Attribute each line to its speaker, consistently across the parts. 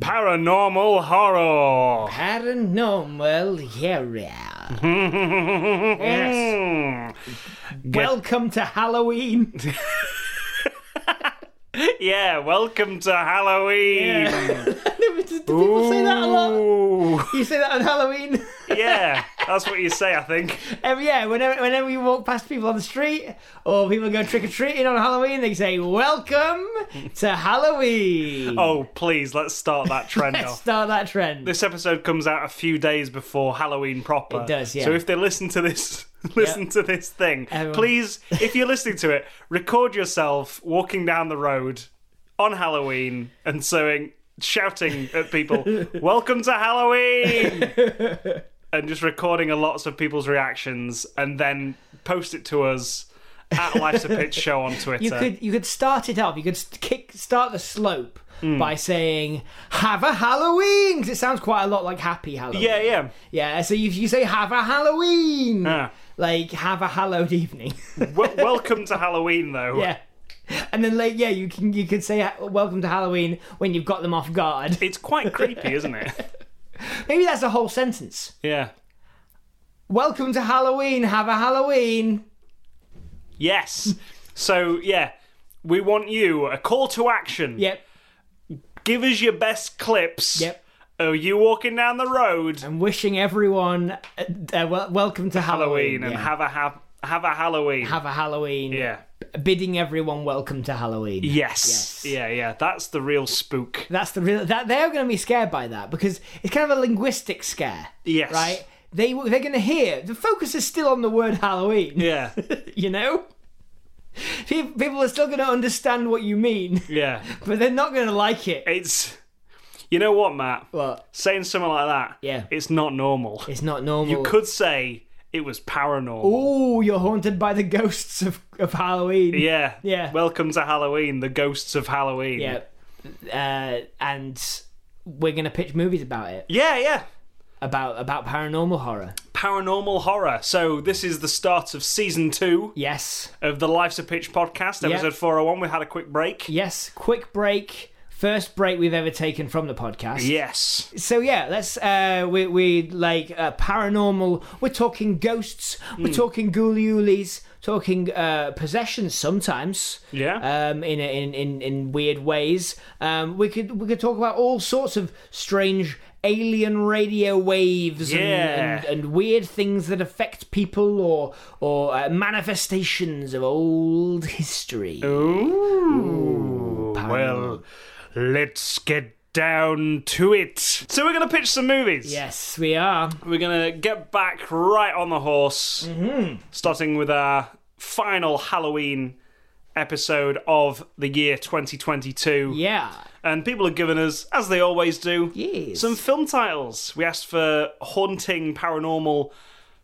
Speaker 1: Paranormal horror!
Speaker 2: Paranormal Hero. yes.
Speaker 1: Hmm.
Speaker 2: Welcome to Halloween.
Speaker 1: Yeah, welcome to Halloween!
Speaker 2: Do people say that a lot?
Speaker 1: Ooh.
Speaker 2: You say that on Halloween?
Speaker 1: yeah, that's what you say, I think.
Speaker 2: Every yeah, whenever whenever you walk past people on the street or people go trick or treating on Halloween, they say, "Welcome to Halloween."
Speaker 1: Oh, please, let's start that trend
Speaker 2: Let's
Speaker 1: off.
Speaker 2: start that trend.
Speaker 1: this episode comes out a few days before Halloween proper.
Speaker 2: It does, yeah.
Speaker 1: So if they listen to this, listen to this thing,
Speaker 2: Everyone-
Speaker 1: please, if you're listening to it, record yourself walking down the road on Halloween and sewing, shouting at people, "Welcome to Halloween." And just recording a lots of people's reactions, and then post it to us at Life's a Pitch Show on Twitter.
Speaker 2: You could you could start it off. You could st- kick start the slope
Speaker 1: Hmm.
Speaker 2: by saying "Have a Halloween" 'cause it sounds quite a lot like Happy Halloween.
Speaker 1: yeah, yeah,
Speaker 2: yeah. So if you say "Have a Halloween,"
Speaker 1: Yeah.
Speaker 2: like "Have a hallowed evening,"
Speaker 1: W- welcome to Halloween, though.
Speaker 2: yeah. And then like yeah, you can you could say "Ha- "Welcome to Halloween" when you've got them off guard.
Speaker 1: It's quite creepy, isn't it?
Speaker 2: Maybe that's a whole sentence.
Speaker 1: Yeah.
Speaker 2: Welcome to Halloween. Have a Halloween.
Speaker 1: Yes. So yeah, we want you a call to action.
Speaker 2: Yep.
Speaker 1: Give us your best clips.
Speaker 2: Yep.
Speaker 1: Oh, you walking down the road,
Speaker 2: I'm wishing everyone uh, uh, wel- welcome to
Speaker 1: Halloween,
Speaker 2: Halloween,
Speaker 1: and
Speaker 2: yeah.
Speaker 1: have a have have a Halloween.
Speaker 2: have a Halloween.
Speaker 1: yeah.
Speaker 2: bidding everyone welcome to Halloween.
Speaker 1: Yes. Yeah, yeah. That's the real spook.
Speaker 2: That's the real that they're going to be scared by that because it's kind of a linguistic scare,
Speaker 1: Yes.
Speaker 2: right? They they're going to hear the focus is still on the word Halloween.
Speaker 1: Yeah.
Speaker 2: you know, Pe- people are still going to understand what you mean,
Speaker 1: Yeah.
Speaker 2: but they're not going to like it.
Speaker 1: It's. You know what, Matt?
Speaker 2: But
Speaker 1: Saying something like that.
Speaker 2: Yeah.
Speaker 1: It's not normal.
Speaker 2: it's not normal.
Speaker 1: You could say it was paranormal.
Speaker 2: Oh, you're haunted by the ghosts of of Halloween.
Speaker 1: Yeah.
Speaker 2: Yeah.
Speaker 1: Welcome to Halloween, the ghosts of Halloween.
Speaker 2: Yeah. Uh, and we're going to pitch movies about it,
Speaker 1: Yeah, yeah.
Speaker 2: about about paranormal horror.
Speaker 1: paranormal horror. So this is the start of season two
Speaker 2: Yes.
Speaker 1: of the Life's a Pitch podcast, episode 401. We had a quick break.
Speaker 2: Yes, quick break. First break we've ever taken from the podcast.
Speaker 1: Yes.
Speaker 2: So yeah, let's uh we we like uh, paranormal. We're talking ghosts. We're talking ghoulies. Talking uh possessions sometimes.
Speaker 1: Yeah.
Speaker 2: Um in a- in in in weird ways. Um we could we could talk about all sorts of strange alien radio waves and-
Speaker 1: Yeah.
Speaker 2: and, and weird things that affect people or or uh, manifestations of old history.
Speaker 1: Uh, Oh. Ooh. Well, let's get down to it. So we're going to pitch some movies.
Speaker 2: Yes, we are.
Speaker 1: We're going to get back right on the horse, starting with our final Halloween episode of the year 2022.
Speaker 2: Yeah.
Speaker 1: And people have given us, as they always do,
Speaker 2: Yes.
Speaker 1: some film titles. We asked for haunting paranormal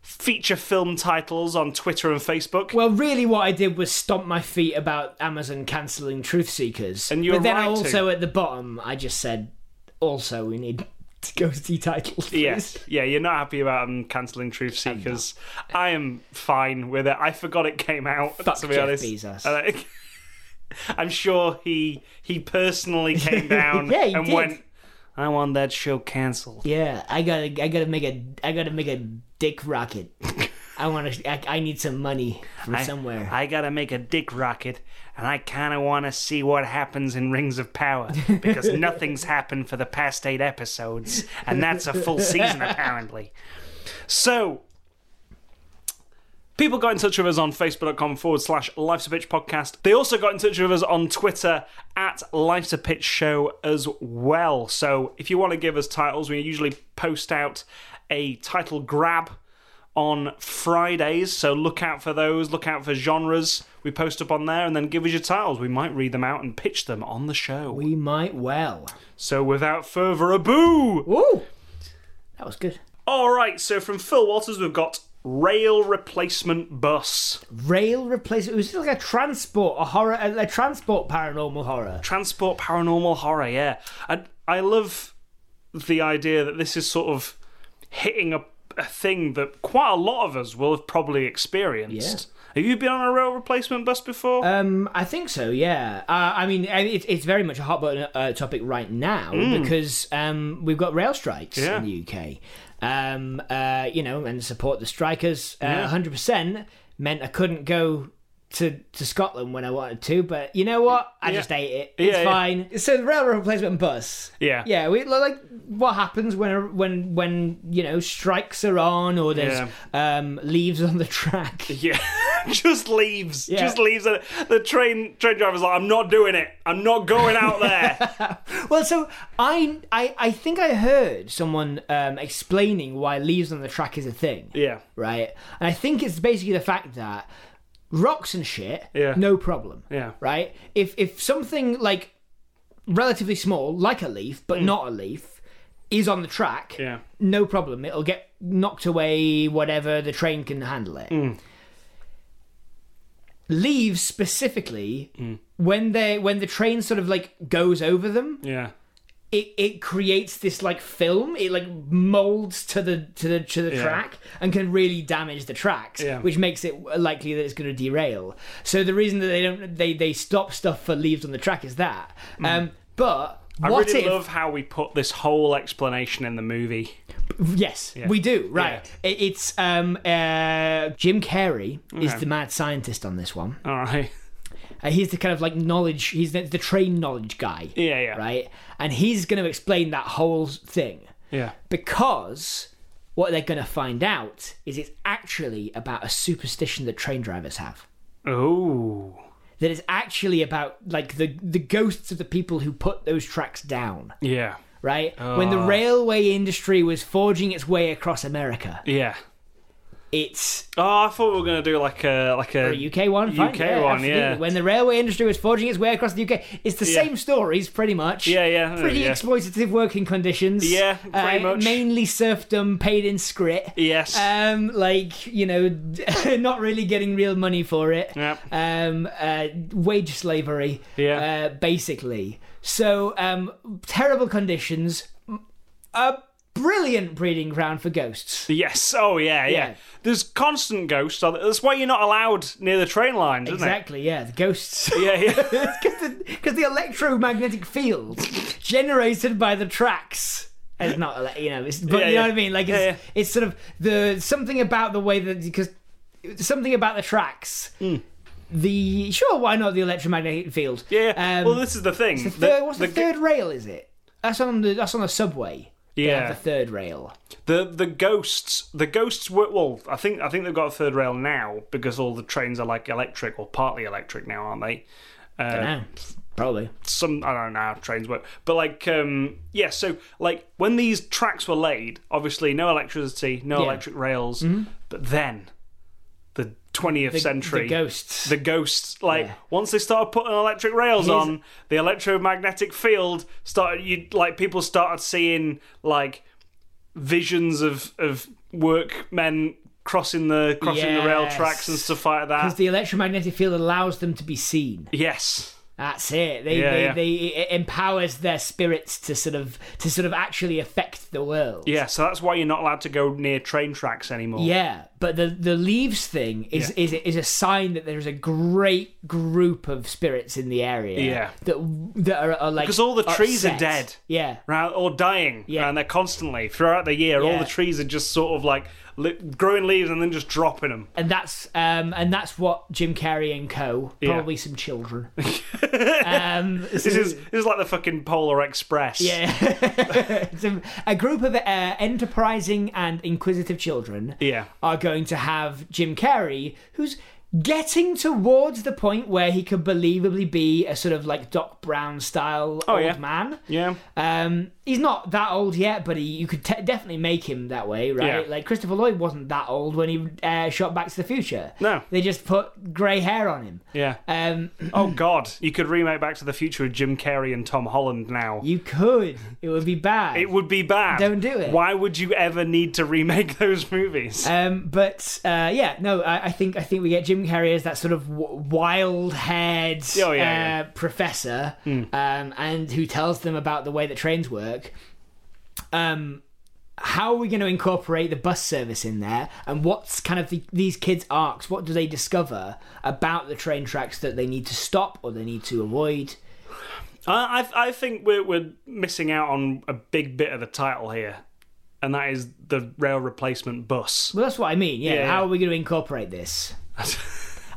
Speaker 1: feature film titles on Twitter and Facebook.
Speaker 2: Well, really, what I did was stomp my feet about Amazon cancelling Truth Seekers.
Speaker 1: And you were
Speaker 2: but then
Speaker 1: right
Speaker 2: I
Speaker 1: to.
Speaker 2: also, at the bottom, I just said, also, we need ghosty titles. please."
Speaker 1: yes, yeah, you're not happy about them cancelling Truth Seekers. I am fine with it. I forgot it came out.
Speaker 2: Fuck
Speaker 1: to be
Speaker 2: Jeff
Speaker 1: honest,
Speaker 2: Bezos.
Speaker 1: And I- I'm sure he he personally came down
Speaker 2: Yeah, he
Speaker 1: and
Speaker 2: did.
Speaker 1: went. I want that show cancelled.
Speaker 2: Yeah, I gotta, I gotta make a, I gotta make a dick rocket. I want to, I, I need some money from
Speaker 1: I-
Speaker 2: somewhere.
Speaker 1: I gotta make a dick rocket, and I kinda wanna see what happens in Rings of Power, because nothing's happened for the past eight episodes, and that's a full season apparently. So, people got in touch with us on facebook.com forward slash Life's a Pitch podcast. They also got in touch with us on Twitter at Life's a Pitch show as well. So, if you wanna give us titles, we usually post out a title grab on Fridays, so look out for those. Look out for genres we post up on there, and then give us your titles. We might read them out and pitch them on the show.
Speaker 2: we might well.
Speaker 1: So, without further ado,
Speaker 2: Ooh, That was good.
Speaker 1: All right, so from Phil Walters, we've got rail replacement bus.
Speaker 2: Rail replacement. It was like a transport, a horror, a, a transport paranormal horror.
Speaker 1: transport paranormal horror yeah i i love the idea that this is sort of hitting a, a thing that quite a lot of us will have probably experienced have you been on a rail replacement bus before
Speaker 2: Um, I think so. Yeah. Uh, I mean, and it, it's very much a hot button uh, topic right now because um, we've got rail strikes
Speaker 1: Mm. Yeah.
Speaker 2: in the UK. Um, uh, you know, and support the strikers. Uh,
Speaker 1: Yeah.
Speaker 2: Hundred percent meant I couldn't go. To, to Scotland when I wanted to, but you know what? I
Speaker 1: Yeah.
Speaker 2: just ate it. It's
Speaker 1: Yeah, yeah.
Speaker 2: fine. So the rail replacement bus.
Speaker 1: yeah
Speaker 2: Yeah, we like what happens when when when you know strikes are on or there's um, leaves on the track.
Speaker 1: yeah just leaves
Speaker 2: Yeah.
Speaker 1: just leaves the, the train train driver's like i'm not doing it i'm not going out there
Speaker 2: Well, so I I I think I heard someone um, explaining why leaves on the track is a thing,
Speaker 1: yeah
Speaker 2: right? And I think it's basically the fact that rocks and shit,
Speaker 1: Yeah.
Speaker 2: no problem,
Speaker 1: yeah
Speaker 2: right? If if something like relatively small, like a leaf but not a leaf, is on the track,
Speaker 1: Mm. yeah
Speaker 2: no problem. It'll get knocked away, whatever, the train can handle it.
Speaker 1: Mm.
Speaker 2: Leaves specifically
Speaker 1: Mm.
Speaker 2: when they when the train sort of like goes over them,
Speaker 1: yeah
Speaker 2: it, it creates this like film. It like molds to the to the to the track and can really damage the tracks,
Speaker 1: Yeah.
Speaker 2: which makes it likely that it's going to derail. So the reason that they don't they they stop stuff for leaves on the track is that. Um,
Speaker 1: Hmm.
Speaker 2: but
Speaker 1: I
Speaker 2: what
Speaker 1: really
Speaker 2: if
Speaker 1: love how we put this whole explanation in the movie.
Speaker 2: Yes, we do. Right. It- It's um, uh, Jim Carrey is the mad scientist on this one.
Speaker 1: All right.
Speaker 2: Uh, he's the kind of like knowledge. He's the, the trained knowledge guy.
Speaker 1: Yeah, yeah.
Speaker 2: Right. And he's going to explain that whole thing
Speaker 1: Yeah.
Speaker 2: because what they're going to find out is it's actually about a superstition that train drivers have.
Speaker 1: Oh.
Speaker 2: That it's actually about like the the ghosts of the people who put those tracks down.
Speaker 1: Yeah.
Speaker 2: Right. When
Speaker 1: Ah.
Speaker 2: the railway industry was forging its way across America,
Speaker 1: Yeah.
Speaker 2: it's
Speaker 1: Oh, I thought we were gonna do like a like a,
Speaker 2: The UK one, fine,
Speaker 1: UK
Speaker 2: yeah,
Speaker 1: one,
Speaker 2: absolutely.
Speaker 1: yeah.
Speaker 2: When the railway industry was forging its way across the UK, it's the same stories pretty much.
Speaker 1: yeah yeah
Speaker 2: Pretty
Speaker 1: yeah.
Speaker 2: exploitative working conditions. Uh,
Speaker 1: Yeah, pretty much.
Speaker 2: Mainly serfdom, paid in scrit.
Speaker 1: yes
Speaker 2: Um, like you know, not really getting real money for it.
Speaker 1: Yep.
Speaker 2: Um, uh, wage slavery.
Speaker 1: Yeah.
Speaker 2: Uh, basically, so um, terrible conditions. A brilliant breeding ground for ghosts.
Speaker 1: yes oh yeah, yeah
Speaker 2: Yeah.
Speaker 1: There's constant ghosts. on- That's why you're not allowed near the train lines, isn't
Speaker 2: Exactly. Yeah, the ghosts.
Speaker 1: it? Yeah yeah.
Speaker 2: because the, 'cause the electromagnetic field generated by the tracks. It's not, ele- you know, it's, but
Speaker 1: Yeah,
Speaker 2: you know
Speaker 1: yeah.
Speaker 2: what I mean. Like it's,
Speaker 1: Yeah,
Speaker 2: it's sort of the something about the way that because something about the tracks.
Speaker 1: Hmm.
Speaker 2: The sure, why not the electromagnetic field?
Speaker 1: yeah. yeah.
Speaker 2: Um,
Speaker 1: well, this is the thing.
Speaker 2: the third, what's the, third rail? Is it? That's on the that's on the subway. They have
Speaker 1: Yeah.
Speaker 2: the third rail.
Speaker 1: the the ghosts the ghosts were well i think i think they've got a third rail now because all the trains are like electric or partly electric now aren't they uh,
Speaker 2: Yeah, probably.
Speaker 1: some i don't know how trains work but like um yeah so like when these tracks were laid obviously no electricity no
Speaker 2: Yeah. Mm-hmm.
Speaker 1: electric rails but then the 20th century
Speaker 2: The ghosts.
Speaker 1: the ghosts like once they started putting electric rails
Speaker 2: Here's-
Speaker 1: on the electromagnetic field started you like people started seeing like visions of of workmen crossing the crossing the rail
Speaker 2: Yes.
Speaker 1: tracks and stuff like that
Speaker 2: because the electromagnetic field allows them to be seen.
Speaker 1: yes
Speaker 2: That's it. They,
Speaker 1: Yeah,
Speaker 2: they,
Speaker 1: yeah.
Speaker 2: they it empowers their spirits to sort of to sort of actually affect the world.
Speaker 1: yeah so that's why you're not allowed to go near train tracks anymore
Speaker 2: Yeah, but the the leaves thing is is is a sign that there is a great group of spirits in the area.
Speaker 1: Yeah.
Speaker 2: that that are, are like
Speaker 1: because all the trees are
Speaker 2: upset.
Speaker 1: dead
Speaker 2: Yeah,
Speaker 1: right, or dying
Speaker 2: Yeah.
Speaker 1: and they're constantly throughout the year all
Speaker 2: Yeah.
Speaker 1: the trees are just sort of like li- growing leaves and then just dropping them
Speaker 2: and that's um and that's what Jim Carrey and Co. Probably some children. um,
Speaker 1: this is this is like the fucking polar express
Speaker 2: yeah, It's a, a group of uh, enterprising and inquisitive children.
Speaker 1: yeah
Speaker 2: are going to have Jim Carrey, who's getting towards the point where he could believably be a sort of like Doc Brown style old
Speaker 1: Oh, yeah.
Speaker 2: man.
Speaker 1: Yeah.
Speaker 2: Um, he's not that old yet, but he, you could te- definitely make him that way, right?
Speaker 1: Yeah.
Speaker 2: Like Christopher Lloyd wasn't that old when he uh, shot Back to the Future.
Speaker 1: No.
Speaker 2: they just put grey hair on him.
Speaker 1: Yeah.
Speaker 2: Um,
Speaker 1: Oh God, you could remake Back to the Future with Jim Carrey and Tom Holland now.
Speaker 2: you could. It would be bad.
Speaker 1: It would be bad.
Speaker 2: Don't do it.
Speaker 1: Why would you ever need to remake those movies?
Speaker 2: Um, but uh, yeah, no, I, I think I think we get Jim Carrey as that sort of w- wild-haired
Speaker 1: Oh, yeah, yeah. Hmm.
Speaker 2: uh, professor, um, and who tells them about the way that trains work. Um, how are we going to incorporate the bus service in there, and what's kind of the, these kids' arcs? What do they discover about the train tracks that they need to stop or they need to avoid?
Speaker 1: I, I I think we're we're missing out on a big bit of the title here, and that is the rail replacement bus.
Speaker 2: Well, that's what I mean. Yeah,
Speaker 1: Yeah,
Speaker 2: how
Speaker 1: yeah.
Speaker 2: are we going to incorporate this?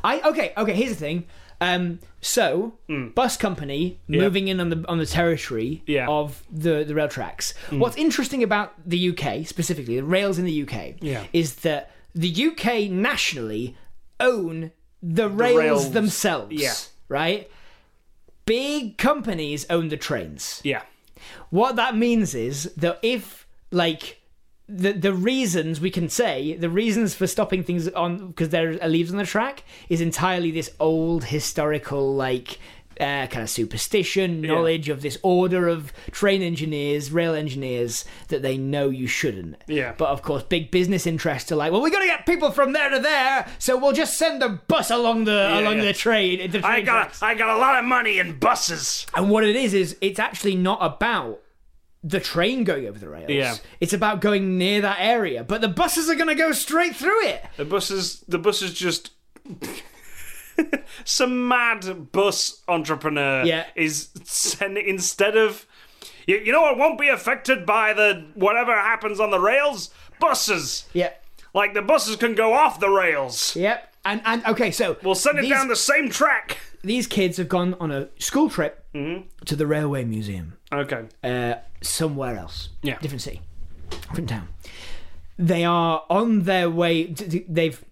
Speaker 2: I okay, okay. Here's the thing. Um, so bus company moving in on the on the territory
Speaker 1: Hmm. Yeah. Hmm.
Speaker 2: of the the rail tracks. What's interesting about the UK specifically, the rails in the UK,
Speaker 1: Yeah.
Speaker 2: is that the UK nationally own the rails,
Speaker 1: rails.
Speaker 2: themselves.
Speaker 1: Yeah.
Speaker 2: Right. Big companies own the trains.
Speaker 1: yeah.
Speaker 2: What that means is that if like the the reasons we can say the reasons for stopping things on because there are leaves on the track is entirely this old historical like uh, kind of superstition knowledge of this order of train engineers rail engineers that they know you shouldn't
Speaker 1: Yeah.
Speaker 2: but of course big business interests are like well we got to get people from there to there so we'll just send a bus along the along
Speaker 1: yeah.
Speaker 2: the train, the train
Speaker 1: I
Speaker 2: tracks."
Speaker 1: got I got a lot of money in buses.
Speaker 2: And what it is is it's actually not about the train going over the rails.
Speaker 1: Yeah.
Speaker 2: It's about going near that area, but the buses are going to go straight through it.
Speaker 1: The buses the buses just some mad bus entrepreneur
Speaker 2: Yeah.
Speaker 1: is send, instead of you, you know what won't be affected by the whatever happens on the rails buses
Speaker 2: Yep.
Speaker 1: like the buses can go off the rails.
Speaker 2: Yep. And and okay, so
Speaker 1: We'll send it
Speaker 2: these,
Speaker 1: down the same track.
Speaker 2: these kids have gone on a school trip
Speaker 1: Mm-hmm.
Speaker 2: to the railway museum
Speaker 1: Okay.
Speaker 2: uh, somewhere else.
Speaker 1: Yeah.
Speaker 2: Different city. Different town. They are on their way to, they've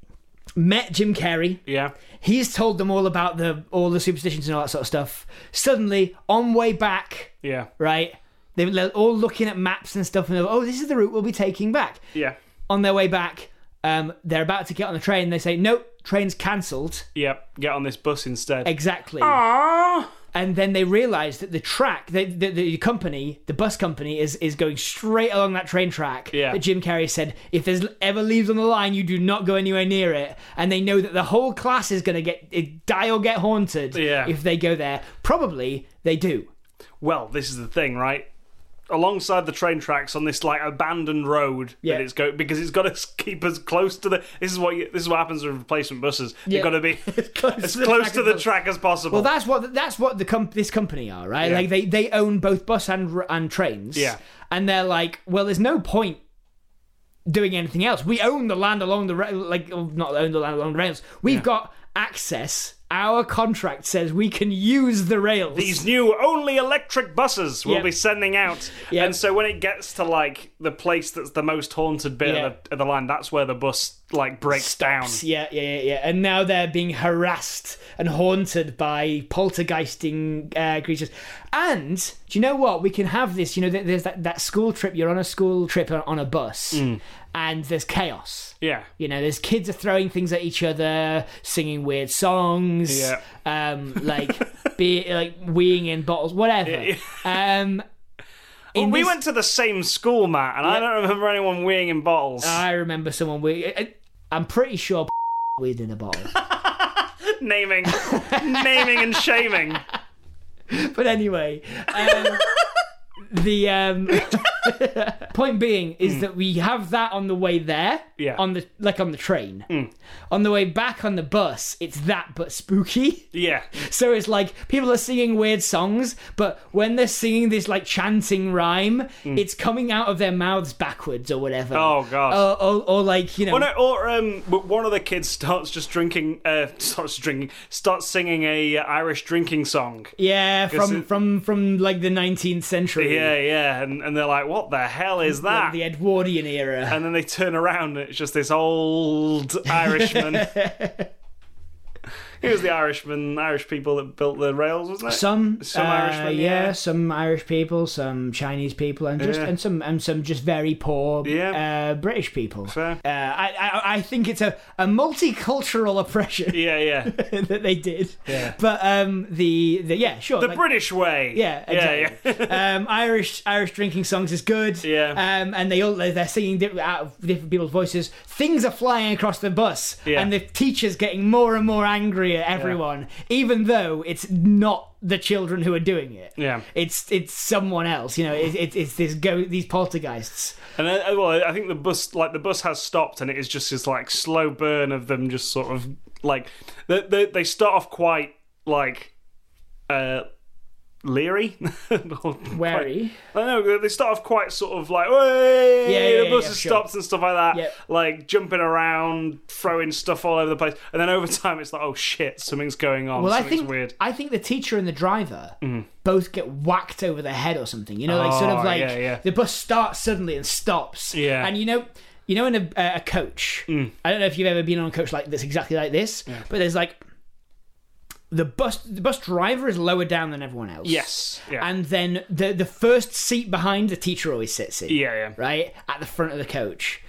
Speaker 2: met Jim Carrey.
Speaker 1: Yeah.
Speaker 2: He's told them all about the all the superstitions and all that sort of stuff. Suddenly, on way back,
Speaker 1: Yeah.
Speaker 2: right? They- They're all looking at maps and stuff, and they're, oh, this is the route we'll be taking back.
Speaker 1: Yeah.
Speaker 2: On their way back, um, they're about to get on the train. They say, nope, train's cancelled.
Speaker 1: Yep. Get on this bus instead.
Speaker 2: Exactly.
Speaker 1: Ah.
Speaker 2: And then they realise that the track, the, the, the company, the bus company, is is going straight along that train track.
Speaker 1: Yeah.
Speaker 2: That Jim Carrey said, if there's ever leaves on the line, you do not go anywhere near it. And they know that the whole class is going to get it- die or get haunted
Speaker 1: Yeah.
Speaker 2: if they go there. Probably they do.
Speaker 1: Well, this is the thing, right? Alongside the train tracks on this like abandoned road
Speaker 2: Yeah.
Speaker 1: that it's go because it's got to keep us close to the. This is what you, this is what happens with replacement buses.
Speaker 2: Yeah.
Speaker 1: You've got to be
Speaker 2: close
Speaker 1: as
Speaker 2: to the
Speaker 1: close
Speaker 2: track
Speaker 1: to
Speaker 2: as
Speaker 1: the
Speaker 2: possible.
Speaker 1: track as possible.
Speaker 2: Well, that's what that's what the com- this company are, right?
Speaker 1: Yeah.
Speaker 2: Like they they own both bus and r- and trains.
Speaker 1: Yeah.
Speaker 2: and they're like, well, there's no point doing anything else. We own the land along the ra- like oh, not own the land along the rails. We've got access. Our contract says we can use the rails.
Speaker 1: These new only electric buses we'll
Speaker 2: Yeah.
Speaker 1: be sending out,
Speaker 2: Yeah.
Speaker 1: and so when it gets to like the place that's the most haunted bit
Speaker 2: Yeah.
Speaker 1: of, the, of the line, that's where the bus like breaks down.
Speaker 2: yeah, yeah, yeah, yeah. And now they're being harassed and haunted by poltergeisting uh, creatures. And do you know what? We can have this. You know, th- there's that, that school trip. You're on a school trip on, on a bus, and there's chaos.
Speaker 1: Yeah,
Speaker 2: You know, there's kids are throwing things at each other, singing weird songs,
Speaker 1: Yeah.
Speaker 2: um, like be like weeing in bottles, whatever. Um, in
Speaker 1: we
Speaker 2: this-
Speaker 1: went to the same school, Matt, and I don't remember anyone weeing in bottles.
Speaker 2: I remember someone we. I- I'm pretty sure weed in a bottle.
Speaker 1: naming, naming and shaming.
Speaker 2: but anyway, um, the um, point being is that we have that on the way there,
Speaker 1: Hmm. Yeah. Hmm.
Speaker 2: on the like on the train, on the way back on the bus. It's that but spooky.
Speaker 1: Yeah.
Speaker 2: So it's like people are singing weird songs, but when they're singing this like chanting rhyme, it's coming out of their mouths backwards or whatever.
Speaker 1: Hmm. Oh, God.
Speaker 2: Or, or, or like you know,
Speaker 1: Or, no, or um, w- one of the kids starts just drinking, uh, starts drinking, starts singing a uh, Irish drinking song.
Speaker 2: yeah, from
Speaker 1: it-
Speaker 2: from from like the 19th century,
Speaker 1: Yeah, yeah, and, and they're like, "What the hell is that?"
Speaker 2: the Edwardian era.
Speaker 1: And then they turn around, and it's just this old Irishman. It was the Irishman, Irish people that built the rails, wasn't it?
Speaker 2: Some
Speaker 1: Some
Speaker 2: uh,
Speaker 1: Irishmen, yeah.
Speaker 2: some Irish people, some Chinese people, and just
Speaker 1: Yeah.
Speaker 2: and some and some just very poor
Speaker 1: Yeah.
Speaker 2: uh, British people.
Speaker 1: Fair.
Speaker 2: Uh, I, I I think it's a, a multicultural oppression
Speaker 1: yeah, yeah.
Speaker 2: that they did.
Speaker 1: Yeah.
Speaker 2: But um the, the yeah sure
Speaker 1: The
Speaker 2: like-
Speaker 1: British way.
Speaker 2: yeah, exactly.
Speaker 1: yeah,
Speaker 2: um, Irish Irish drinking songs is good.
Speaker 1: Yeah.
Speaker 2: Um, and they all they're singing di- out of different people's voices. Things are flying across the bus,
Speaker 1: Yeah.
Speaker 2: and the teacher's getting more and more angry at everyone, even though it's not the children who are doing it.
Speaker 1: Yeah.
Speaker 2: It's it's someone else. You know, it's it's, it's this go these poltergeists.
Speaker 1: And then, uh, well, I think the bus, like the bus, has stopped, and it is just this like slow burn of them just sort of like they they, they start off quite like uh leery, Or
Speaker 2: Wary.
Speaker 1: quite- I know they start off quite sort of like, "Hey,
Speaker 2: Yeah, yeah,
Speaker 1: the
Speaker 2: yeah,
Speaker 1: bus
Speaker 2: yeah,
Speaker 1: has
Speaker 2: sure.
Speaker 1: stopped and stuff like that,
Speaker 2: Yep.
Speaker 1: like jumping around, throwing stuff all over the place, and then over time it's like, oh shit, something's going on.
Speaker 2: Well, I
Speaker 1: something's
Speaker 2: think
Speaker 1: weird. Mm.
Speaker 2: I think the teacher and the driver both get whacked over the head or something. You know, like sort
Speaker 1: Oh,
Speaker 2: of like
Speaker 1: yeah, yeah.
Speaker 2: the bus starts suddenly and stops.
Speaker 1: Yeah. Mm.
Speaker 2: and you know. You know, in a, a coach, I don't know if you've ever been on a coach like this, exactly like this, but there's like the bus. The bus driver is lower down than everyone else.
Speaker 1: Yes. Yeah.
Speaker 2: and then the the first seat behind the teacher always sits in
Speaker 1: yeah. Yeah.
Speaker 2: right at the front of the coach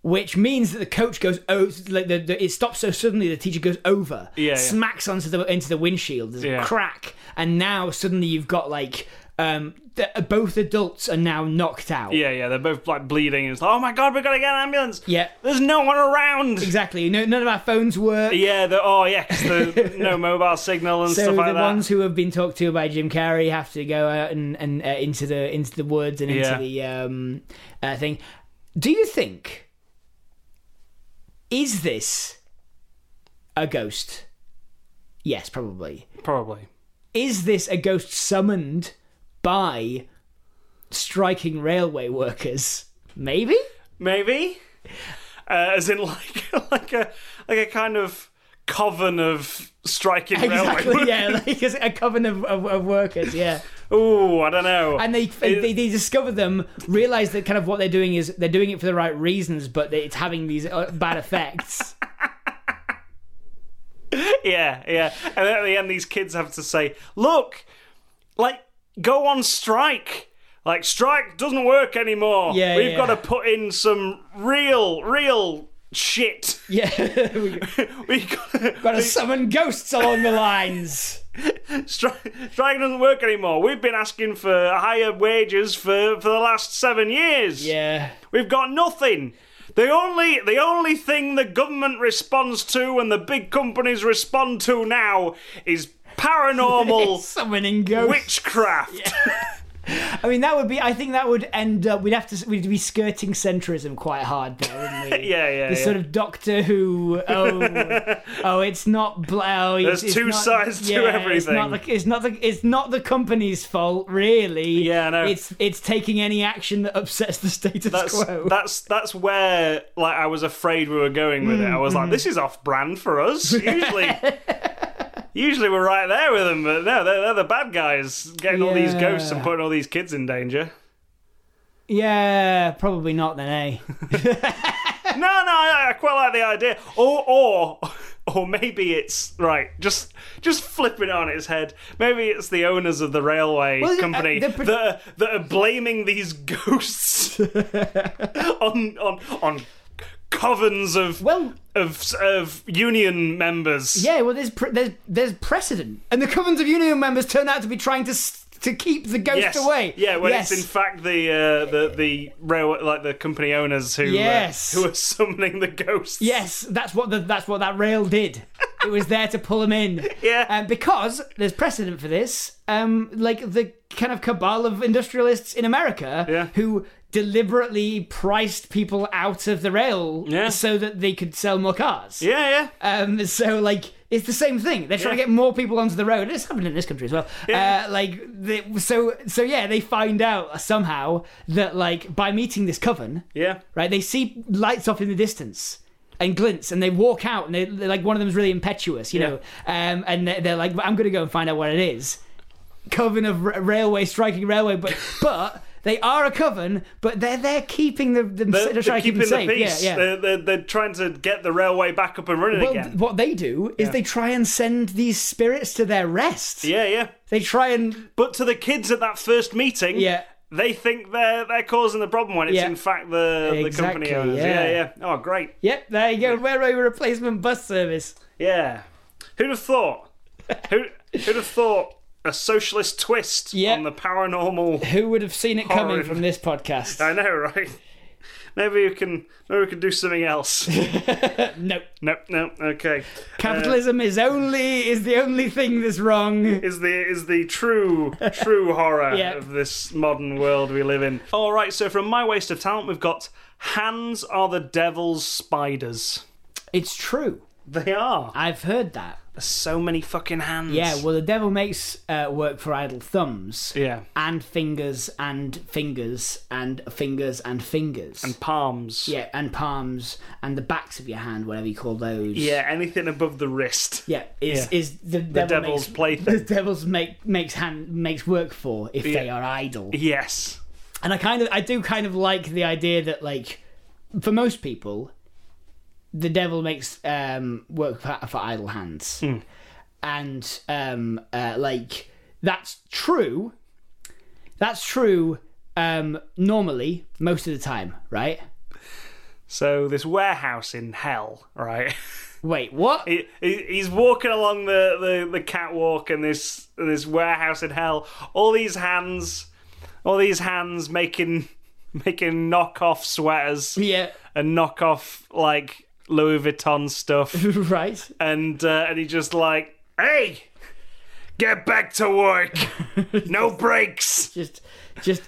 Speaker 2: which means that the coach goes oh like the, the, it stops so suddenly the teacher goes over
Speaker 1: Yeah, yeah.
Speaker 2: smacks onto the into the windshield there's
Speaker 1: Yeah.
Speaker 2: a crack and now suddenly you've got like um the, both adults are now knocked out
Speaker 1: Yeah, yeah, they're both like bleeding. And it's like, oh my god, we gotta get an ambulance.
Speaker 2: Yeah.
Speaker 1: there's no one around.
Speaker 2: exactly no, none of our phones work
Speaker 1: Yeah, the, oh yeah, 'cause the no mobile signal and
Speaker 2: so
Speaker 1: stuff
Speaker 2: the
Speaker 1: like that.
Speaker 2: ones who have been talked to by Jim Carrey have to go out and, and uh, into the into the woods and into
Speaker 1: Yeah.
Speaker 2: the um, uh, thing. Do you think is this a ghost? Yes, probably.
Speaker 1: Probably.
Speaker 2: Is this a ghost summoned by striking railway workers? Maybe.
Speaker 1: Maybe. Uh, as in like like a like a kind of coven of striking
Speaker 2: Exactly.
Speaker 1: railway.
Speaker 2: Yeah, like it's a coven of, of, of workers. Yeah.
Speaker 1: Ooh, I don't know.
Speaker 2: and they, they they discover them, realize that kind of what they're doing is they're doing it for the right reasons, but that it's having these uh, bad effects.
Speaker 1: yeah, yeah. And then at the end these kids have to say, Look, like, go on strike. Like strike doesn't work anymore.
Speaker 2: Yeah,
Speaker 1: We've
Speaker 2: yeah.
Speaker 1: got to put in some real, real shit.
Speaker 2: yeah, we
Speaker 1: We got,
Speaker 2: gotta summon ghosts along the lines.
Speaker 1: Strike, strike doesn't work anymore. We've been asking for higher wages for, for the last seven years.
Speaker 2: Yeah,
Speaker 1: We've got nothing. The only the only thing the government responds to and the big companies respond to now is paranormal
Speaker 2: summoning ghosts.
Speaker 1: witchcraft.
Speaker 2: I mean, that would be. I think that would end up. We'd have to. We'd be skirting centrism quite hard there, wouldn't we?
Speaker 1: Yeah, yeah.
Speaker 2: The
Speaker 1: yeah.
Speaker 2: sort of Doctor Who. Oh, oh, it's not. Bl- oh, it's-
Speaker 1: There's
Speaker 2: it's
Speaker 1: two
Speaker 2: not-
Speaker 1: sides to
Speaker 2: yeah, It's
Speaker 1: everything.
Speaker 2: not, the, it's not the. It's not the company's fault, really.
Speaker 1: Yeah, I know.
Speaker 2: It's it's taking any action that upsets the status
Speaker 1: that's,
Speaker 2: quo.
Speaker 1: that's that's where like I was afraid we were going with it. I
Speaker 2: Mm, mm-hmm.
Speaker 1: was like, this is off brand for us. Usually, usually we're right there with them, but no, they're, they're the bad guys getting all these ghosts and
Speaker 2: Yeah.
Speaker 1: putting all these kids in danger.
Speaker 2: yeah, probably not then, eh?
Speaker 1: no, no, I, I quite like the idea. Or, or, or maybe it's right. Just, just flipping it on its head. Maybe it's the owners of the railway
Speaker 2: Well, uh,
Speaker 1: company
Speaker 2: the pro-
Speaker 1: that are, that are blaming these ghosts on on on covens of
Speaker 2: Well,
Speaker 1: of of union members.
Speaker 2: yeah. Well, there's pre- there's there's precedent, and the Covens of Union members turn out to be trying to s- to keep the ghost
Speaker 1: Yes.
Speaker 2: away.
Speaker 1: Yeah, when
Speaker 2: yes.
Speaker 1: it's in fact the uh, the the rail like the company owners who uh,
Speaker 2: Yes.
Speaker 1: who are summoning the ghosts.
Speaker 2: Yes, that's what the, that's what that rail did. It was there to pull him in.
Speaker 1: Yeah.
Speaker 2: Um, because there's precedent for this. Um, like the kind of cabal of industrialists in America
Speaker 1: Yeah.
Speaker 2: who deliberately priced people out of the rail
Speaker 1: Yeah.
Speaker 2: so that they could sell more cars.
Speaker 1: Yeah, yeah.
Speaker 2: Um, so like it's the same thing. They're trying
Speaker 1: Yeah.
Speaker 2: to get more people onto the road. It's happened in this country as well.
Speaker 1: Yeah.
Speaker 2: Uh, like the, so so yeah, they find out somehow that like by meeting this coven,
Speaker 1: Yeah.
Speaker 2: right? They see lights off in the distance and glints, and they walk out, and they they're like one of them's really impetuous, you
Speaker 1: Yeah.
Speaker 2: know, um, and they're, they're like, "I'm going to go and find out what it is." Coven of r- railway striking railway, but but They are a coven, but they're there keeping the, the,
Speaker 1: They're,
Speaker 2: the
Speaker 1: they're
Speaker 2: track
Speaker 1: keeping
Speaker 2: even
Speaker 1: the
Speaker 2: safe.
Speaker 1: peace.
Speaker 2: Yeah, yeah.
Speaker 1: They're, they're, they're trying to get the railway back up and running
Speaker 2: well,
Speaker 1: again.
Speaker 2: th- what they do is they try and send these spirits to their rest.
Speaker 1: yeah, yeah.
Speaker 2: They try and
Speaker 1: But to the kids at that first meeting,
Speaker 2: yeah,
Speaker 1: they think they're they're causing the problem when it's
Speaker 2: Yeah.
Speaker 1: in fact the the
Speaker 2: Exactly,
Speaker 1: company owners.
Speaker 2: yeah.
Speaker 1: Yeah. yeah, Oh, great.
Speaker 2: yep. There you go. Railway replacement bus service.
Speaker 1: Yeah. Who'd have thought? Who who'd have thought a socialist twist
Speaker 2: Yeah.
Speaker 1: on the paranormal?
Speaker 2: Who would have seen it coming
Speaker 1: Horrid.
Speaker 2: from this podcast?
Speaker 1: I know, right? Maybe we can maybe we can do something else.
Speaker 2: no,
Speaker 1: nope, no, okay.
Speaker 2: capitalism is only is the only thing that's wrong.
Speaker 1: is the is the true true horror
Speaker 2: Yeah.
Speaker 1: of this modern world we live in. All right, so from my waste of talent, we've got hands are the devil's spiders.
Speaker 2: It's true.
Speaker 1: They are.
Speaker 2: I've heard that.
Speaker 1: There's so many fucking hands.
Speaker 2: Yeah, well, the devil makes uh, work for idle thumbs.
Speaker 1: yeah.
Speaker 2: And fingers and fingers and fingers and fingers.
Speaker 1: Palms.
Speaker 2: yeah, and palms and the backs of your hand, whatever you call those.
Speaker 1: Yeah, anything above the wrist.
Speaker 2: Yeah, is
Speaker 1: Yeah.
Speaker 2: is the,
Speaker 1: The
Speaker 2: devil
Speaker 1: devil's
Speaker 2: makes,
Speaker 1: plaything.
Speaker 2: the devil's make makes hand makes work for if they are idle.
Speaker 1: Yes.
Speaker 2: And I kind of I do kind of like the idea that like for most people the devil makes um work for, for idle hands.
Speaker 1: Hmm.
Speaker 2: And um uh, like that's true. That's true um normally most of the time, right?
Speaker 1: So this warehouse in hell, right?
Speaker 2: Wait, what?
Speaker 1: He, he- he's walking along the, the, the catwalk in this in this warehouse in hell. All these hands, all these hands making making knockoff sweaters
Speaker 2: yeah.
Speaker 1: and knockoff like Louis Vuitton stuff,
Speaker 2: right.
Speaker 1: and uh, and he just like, hey, get back to work. No breaks.
Speaker 2: Just just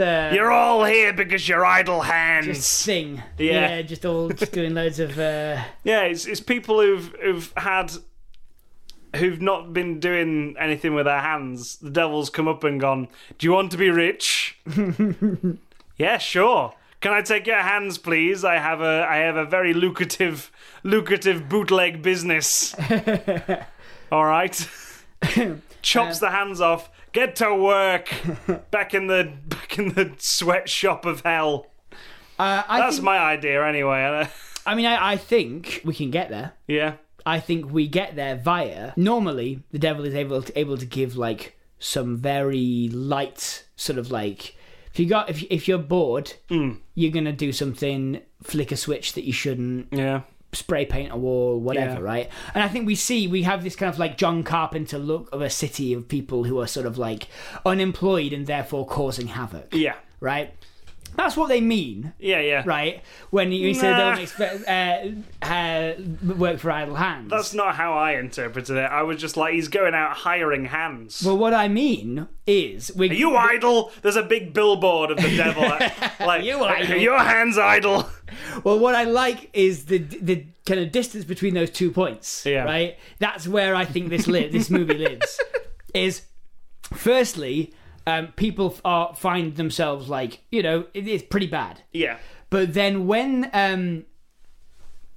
Speaker 2: uh
Speaker 1: You're all here because you're idle hands.
Speaker 2: sing.
Speaker 1: Yeah.
Speaker 2: just all just doing loads of uh
Speaker 1: Yeah, it's it's people who've who've had who've not been doing anything with their hands. The devil's come up and gone. Do you want to be rich? yeah, sure. Can I take your hands, please? I have a I have a very lucrative lucrative bootleg business. All right. Chops the hands off. Get to work. Back in the back in the sweatshop of hell.
Speaker 2: uh, I
Speaker 1: That's
Speaker 2: think-
Speaker 1: my idea, anyway.
Speaker 2: I mean I, I think we can get there.
Speaker 1: yeah.
Speaker 2: I think we get there via normally the devil is able to, able to give like some very light sort of like if you got if if you're bored
Speaker 1: Hmm.
Speaker 2: you're gonna do something flick a switch that you shouldn't
Speaker 1: Yeah.
Speaker 2: spray paint a wall whatever
Speaker 1: Yeah.
Speaker 2: right and I think we see we have this kind of like John Carpenter look of a city of people who are sort of like unemployed and therefore causing havoc
Speaker 1: Yeah.
Speaker 2: right that's what they mean
Speaker 1: Yeah, yeah.
Speaker 2: right? When you say
Speaker 1: Nah.
Speaker 2: don't expect uh, uh, work for idle hands.
Speaker 1: That's not how I interpreted it. I was just like, he's going out hiring hands.
Speaker 2: well, what I mean is, we,
Speaker 1: are you idle? There's a big billboard of the devil. like,
Speaker 2: You idle.
Speaker 1: "Are your hands idle.
Speaker 2: well, what I like is the the kind of distance between those two points,
Speaker 1: Yeah.
Speaker 2: right? That's where I think this li- this movie lives. Is firstly, um, people are find themselves like you know it, it's pretty bad.
Speaker 1: Yeah.
Speaker 2: But then when um,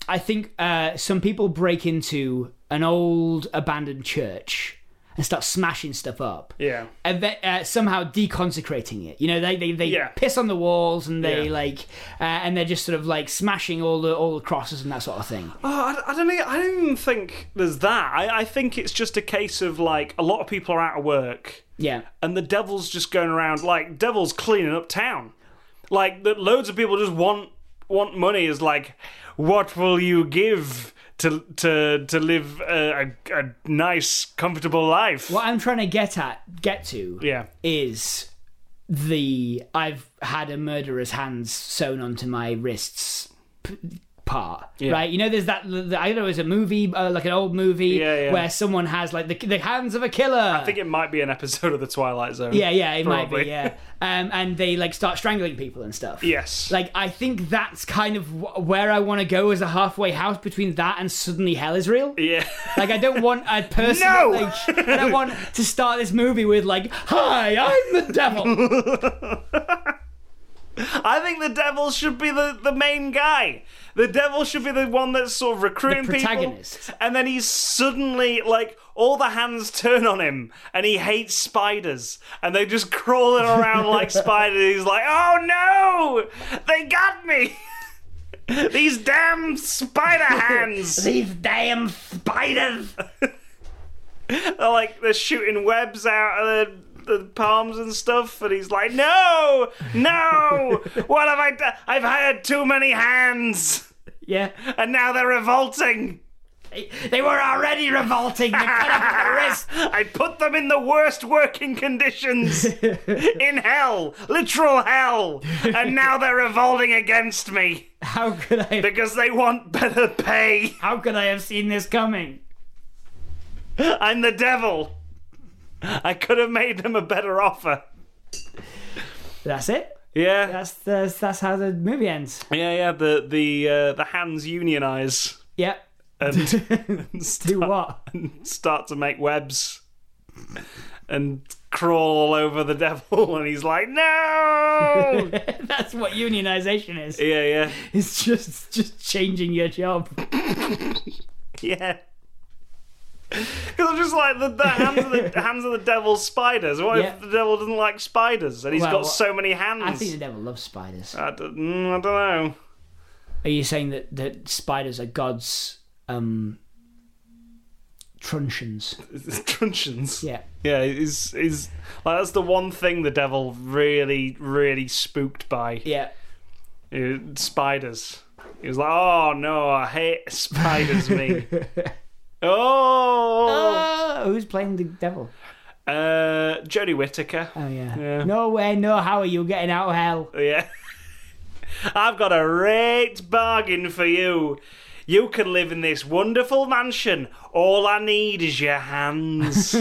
Speaker 2: I think uh, some people break into an old abandoned church and start smashing stuff up.
Speaker 1: Yeah.
Speaker 2: And they, uh, somehow deconsecrating it, you know, they they, they
Speaker 1: Yeah.
Speaker 2: piss on the walls and they
Speaker 1: Yeah.
Speaker 2: like, uh, and they're just sort of like smashing all the all the crosses and that sort of thing.
Speaker 1: Oh, I, I don't. e- I don't even think there's that. I, I think it's just a case of like a lot of people are out of work,
Speaker 2: Yeah,
Speaker 1: and the devil's just going around like devil's cleaning up town. Like that, loads of people just want want money. Is like, what will you give to to to live a, a, a nice, comfortable life?
Speaker 2: what I'm trying to get at get to
Speaker 1: Yeah.
Speaker 2: is the I've had a murderer's hands sewn onto my wrists p- part, right? You know, there's that the, I don't know, it's a movie uh, like an old movie
Speaker 1: Yeah, yeah.
Speaker 2: where someone has like the, the hands of a killer.
Speaker 1: I think it might be an episode of the Twilight Zone.
Speaker 2: yeah, yeah, it might be,
Speaker 1: probably.
Speaker 2: yeah. Um, and they like start strangling people and stuff.
Speaker 1: Yes.
Speaker 2: Like I think that's kind of wh- where I want to go as a halfway house between that and suddenly hell is real.
Speaker 1: yeah.
Speaker 2: Like I don't want a person.
Speaker 1: No!
Speaker 2: Like, I don't want to start this movie with like, "Hi, I'm the devil."
Speaker 1: I think the devil should be the, the main guy. The devil should be the one that's sort of recruiting
Speaker 2: protagonist.
Speaker 1: people. And then he's suddenly like all the hands turn on him and he hates spiders and they're just crawling around like spiders. He's like, oh no! They got me! These damn spider hands!
Speaker 2: These damn spiders!
Speaker 1: They're like they're shooting webs out of the, the palms and stuff, and he's like, "No, no! what have I done? I've hired too many hands,
Speaker 2: Yeah.
Speaker 1: and now they're revolting.
Speaker 2: They, they were already revolting. They cut off my wrist.
Speaker 1: I put them in the worst working conditions in hell, literal hell, and now they're revolting against me
Speaker 2: How could I?
Speaker 1: because they want better pay.
Speaker 2: How could I have seen this coming?
Speaker 1: I'm the devil. I could have made them a better offer."
Speaker 2: That's it.
Speaker 1: Yeah,
Speaker 2: That's that's, that's how the movie ends.
Speaker 1: Yeah, yeah. The the uh, the hands unionize
Speaker 2: Yeah.
Speaker 1: and
Speaker 2: Do what?
Speaker 1: start to make webs and crawl all over the devil, and he's like, "No."
Speaker 2: that's what unionization is.
Speaker 1: yeah, yeah,
Speaker 2: It's just just changing your job.
Speaker 1: yeah. Because I'm just like the, the hands of the the hands of the devil's spiders. What
Speaker 2: Yeah.
Speaker 1: if the devil doesn't like spiders and he's got
Speaker 2: Well,
Speaker 1: so many hands?
Speaker 2: I think the devil loves spiders.
Speaker 1: I don't, mm, I don't know.
Speaker 2: Are you saying that that spiders are God's um truncheons?
Speaker 1: It's truncheons.
Speaker 2: Yeah.
Speaker 1: Yeah, is is like that's the one thing the devil really, really spooked by.
Speaker 2: Yeah.
Speaker 1: Uh, spiders. He was like, "Oh no, I hate spiders, me." oh,
Speaker 2: Oh, who's playing the devil?
Speaker 1: uh, Jodie Whittaker.
Speaker 2: Oh yeah.
Speaker 1: Yeah.
Speaker 2: No way, no how are you getting out of hell?
Speaker 1: Yeah, I've got a great bargain for you. You can live in this wonderful mansion. All I need is your hands.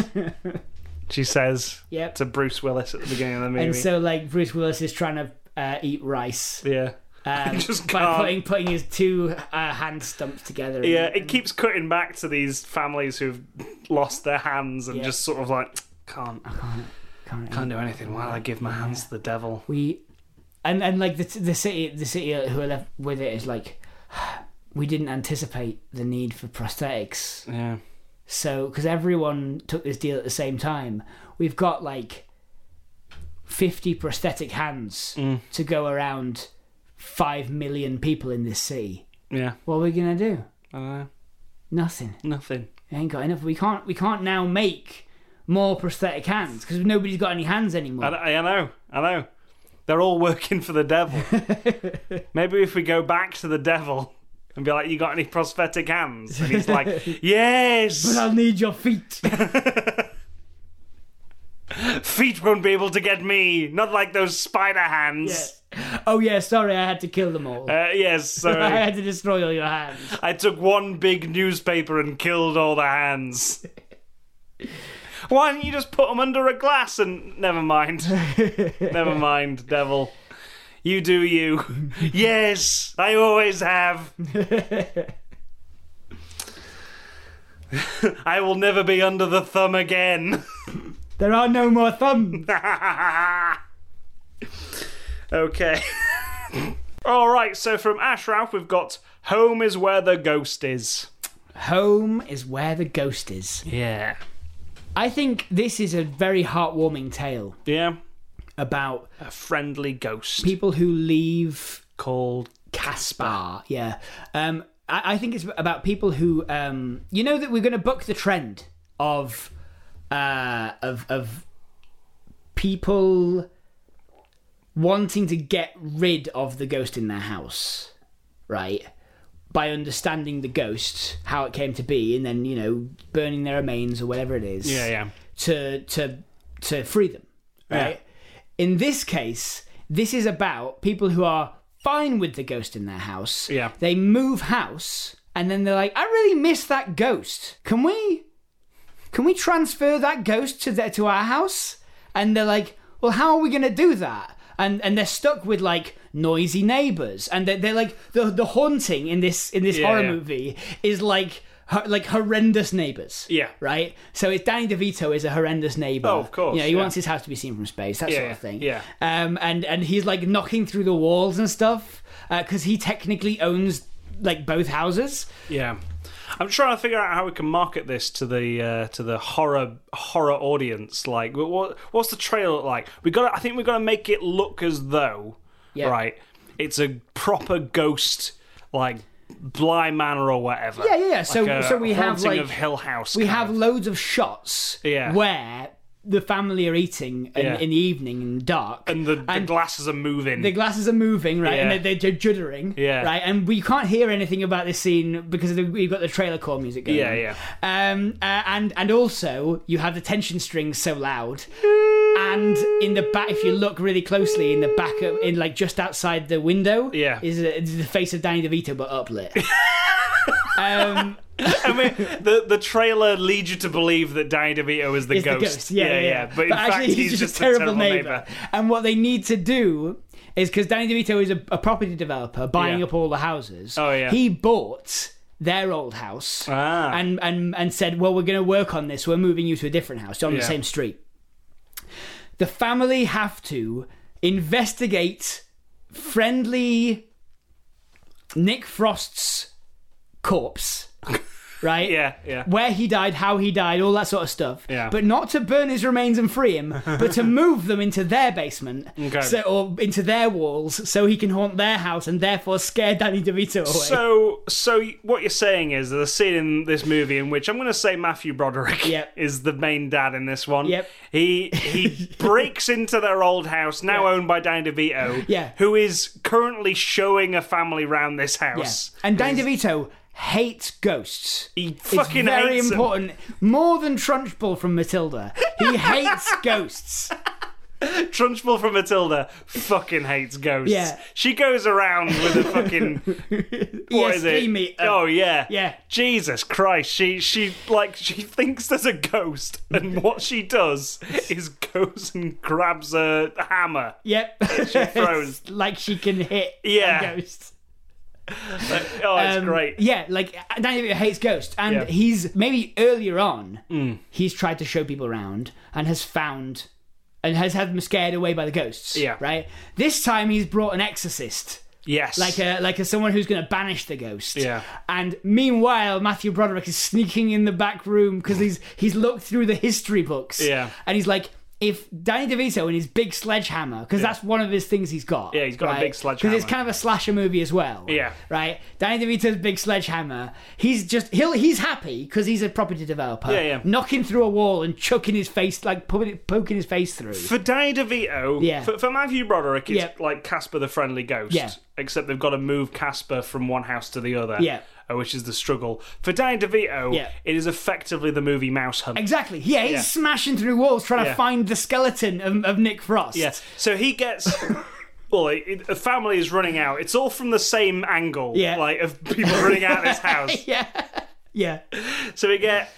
Speaker 1: she says
Speaker 2: Yep.
Speaker 1: to Bruce Willis at the beginning of the movie.
Speaker 2: And so like Bruce Willis is trying to uh, eat rice
Speaker 1: yeah,
Speaker 2: um,
Speaker 1: Just
Speaker 2: by
Speaker 1: can't.
Speaker 2: putting putting his two uh, hand stumps together. and-
Speaker 1: yeah. It keeps cutting back to these families who've lost their hands and
Speaker 2: Yeah.
Speaker 1: just sort of like can't.
Speaker 2: Can't-
Speaker 1: Can't do anything while I give my hands to the devil.
Speaker 2: we and and like the the city the city who are left with it is like we didn't anticipate the need for prosthetics
Speaker 1: Yeah.
Speaker 2: so because everyone took this deal at the same time we've got like 50 prosthetic hands
Speaker 1: Mm.
Speaker 2: to go around 5 million people in this city
Speaker 1: Yeah.
Speaker 2: what are we gonna do
Speaker 1: Uh,
Speaker 2: nothing
Speaker 1: nothing.
Speaker 2: we ain't got enough we can't we can't now make more prosthetic hands because nobody's got any hands anymore
Speaker 1: I, I know. I know. They're all working for the devil. Maybe if we go back to the devil and be like, "You got any prosthetic hands?" and he's like, "Yes."
Speaker 2: i'll need your feet
Speaker 1: Feet won't be able to get me. Not like those spider hands.
Speaker 2: oh yeah sorry i had to kill them all
Speaker 1: Uh, yes.
Speaker 2: I
Speaker 1: Sorry.
Speaker 2: had to destroy all your hands.
Speaker 1: I took one big newspaper and killed all the hands. Why don't you just put them under a glass and. Never mind. Never mind, devil. You do you. yes, I always have. I will never be under the thumb again.
Speaker 2: There are no more thumbs.
Speaker 1: okay. All right, so from Ashraf, we've got Home is where the ghost is.
Speaker 2: Home is where the ghost is.
Speaker 1: Yeah.
Speaker 2: I think this is a very heartwarming tale
Speaker 1: Yeah.
Speaker 2: about
Speaker 1: A friendly ghost
Speaker 2: people who leave
Speaker 1: called.
Speaker 2: Caspar. Ah, Yeah. Um, I, I think it's about people who, um, you know, that we're going to buck the trend of, uh, of, of people wanting to get rid of the ghost in their house, right? By understanding the ghost, how it came to be, and then you know burning their remains or whatever it is
Speaker 1: Yeah, yeah.
Speaker 2: to to to free them right in this case this is about people who are fine with the ghost in their house
Speaker 1: Yeah.
Speaker 2: they move house and then they're like i really miss that ghost can we can we transfer that ghost to the, to our house and they're like well how are we going to do that and and they're stuck with like noisy neighbors and they're, they're like the the haunting in this in this horror
Speaker 1: yeah.
Speaker 2: movie is like ho- like horrendous neighbors.
Speaker 1: Yeah.
Speaker 2: Right. So it's Danny DeVito is a horrendous neighbor.
Speaker 1: Oh, of course,
Speaker 2: You know, he
Speaker 1: yeah.
Speaker 2: wants his house to be seen from space, that sort
Speaker 1: Yeah,
Speaker 2: of thing.
Speaker 1: yeah.
Speaker 2: Um, and and he's like knocking through the walls and stuff because he technically owns like both houses.
Speaker 1: Yeah, I'm trying to figure out how we can market this to the uh, to the horror horror audience. Like, wh- what what's the trailer look like? We got. I think we're gonna make it look as though,
Speaker 2: Yeah.
Speaker 1: right? It's a proper ghost, like Blind Manor or whatever.
Speaker 2: Yeah, yeah, yeah. So-
Speaker 1: Like a
Speaker 2: so we have,
Speaker 1: haunting
Speaker 2: like-
Speaker 1: of Hill House.
Speaker 2: We
Speaker 1: kind
Speaker 2: have
Speaker 1: of-
Speaker 2: loads of shots
Speaker 1: Yeah.
Speaker 2: where the family are eating in,
Speaker 1: Yeah.
Speaker 2: in the evening in the dark
Speaker 1: and the, the glasses are moving.
Speaker 2: the glasses are moving, right?
Speaker 1: Yeah.
Speaker 2: And they're, they're juddering,
Speaker 1: Yeah.
Speaker 2: right? And we can't hear anything about this scene because of the, we've got the trailer core music going.
Speaker 1: Yeah,
Speaker 2: on.
Speaker 1: yeah.
Speaker 2: Um, uh, and and also you have the tension strings so loud, and in the back, if you look really closely, in the back of in like just outside the window,
Speaker 1: Yeah.
Speaker 2: is, a, is the face of Danny DeVito but uplit. um,
Speaker 1: I mean, the the trailer leads you to believe that Danny DeVito is the
Speaker 2: is
Speaker 1: ghost.
Speaker 2: the ghost. Yeah, yeah. yeah.
Speaker 1: But in fact,
Speaker 2: actually,
Speaker 1: he's, just, a terrible, neighbor.
Speaker 2: And what they need to do is because Danny DeVito is a, a property developer buying
Speaker 1: Yeah.
Speaker 2: up all the houses.
Speaker 1: Oh, yeah.
Speaker 2: He bought their old house
Speaker 1: Ah.
Speaker 2: and and and said, "Well, we're going to work on this. We're moving you to a different house on
Speaker 1: Yeah.
Speaker 2: the same street." The family have to investigate friendly Nick Frost's corpse, right?
Speaker 1: Yeah, yeah.
Speaker 2: where he died, how he died, all that sort of stuff.
Speaker 1: Yeah.
Speaker 2: But not to burn his remains and free him, but to move them into their basement
Speaker 1: Okay.
Speaker 2: so, or into their walls so he can haunt their house and therefore scare Danny DeVito away.
Speaker 1: So, so y- what you're saying is there's a scene in this movie in which I'm going to say Matthew Broderick
Speaker 2: Yep.
Speaker 1: is the main dad in this one.
Speaker 2: Yep.
Speaker 1: He he breaks into their old house now owned by Danny DeVito.
Speaker 2: Yeah.
Speaker 1: Who is currently showing a family round this
Speaker 2: Yeah.
Speaker 1: house.
Speaker 2: And Danny DeVito hates ghosts.
Speaker 1: He fucking
Speaker 2: it's very
Speaker 1: hates 'em.
Speaker 2: important. More than Trunchbull from Matilda. He hates ghosts.
Speaker 1: Trunchbull from Matilda fucking hates ghosts.
Speaker 2: Yeah.
Speaker 1: She goes around with a fucking what is
Speaker 2: ESP
Speaker 1: it?
Speaker 2: meter.
Speaker 1: Oh yeah.
Speaker 2: uh, Yeah.
Speaker 1: Jesus Christ. She she like she thinks there's a ghost and what she does is goes and grabs a hammer.
Speaker 2: Yep.
Speaker 1: She throws.
Speaker 2: It's like she can hit
Speaker 1: Yeah.
Speaker 2: a ghost.
Speaker 1: Like, oh, it's
Speaker 2: Um,
Speaker 1: great.
Speaker 2: Yeah, like Danny DeVito hates ghosts, and
Speaker 1: Yeah. Mm.
Speaker 2: he's maybe earlier on he's tried to show people around and has found and has had them scared away by the ghosts.
Speaker 1: Yeah.
Speaker 2: right. This time he's brought an exorcist,
Speaker 1: Yes.
Speaker 2: like uh, a like a someone who's going to banish the ghost.
Speaker 1: Yeah.
Speaker 2: And meanwhile, Matthew Broderick is sneaking in the back room because he's he's looked through the history books.
Speaker 1: Yeah.
Speaker 2: and he's like. If Danny DeVito and his big sledgehammer, because that's one of his things he's got.
Speaker 1: Yeah, he's got a big
Speaker 2: Because
Speaker 1: sledgehammer.
Speaker 2: it's kind of a slasher movie as well
Speaker 1: Yeah.
Speaker 2: right? Danny DeVito's big sledgehammer. He's just he'll he's happy because he's a property developer.
Speaker 1: Yeah, yeah.
Speaker 2: Knocking through a wall and chucking his face like poking, poking his face through.
Speaker 1: for Danny DeVito,
Speaker 2: Yeah.
Speaker 1: for, for Matthew Broderick, it's
Speaker 2: Yeah.
Speaker 1: like Casper the Friendly Ghost,
Speaker 2: Yeah.
Speaker 1: except they've got to move Casper from one house to the other,
Speaker 2: Yeah.
Speaker 1: uh, which is the struggle. For Danny DeVito,
Speaker 2: Yeah.
Speaker 1: it is effectively the movie Mouse Hunt.
Speaker 2: Exactly. Yeah, he's
Speaker 1: Yeah.
Speaker 2: smashing through walls trying
Speaker 1: Yeah.
Speaker 2: to find the skeleton of, of Nick Frost.
Speaker 1: Yeah. So he gets. Well, it, it- a family is running out. It's all from the same angle,
Speaker 2: Yeah.
Speaker 1: like of people running out of this house.
Speaker 2: Yeah. yeah.
Speaker 1: So we get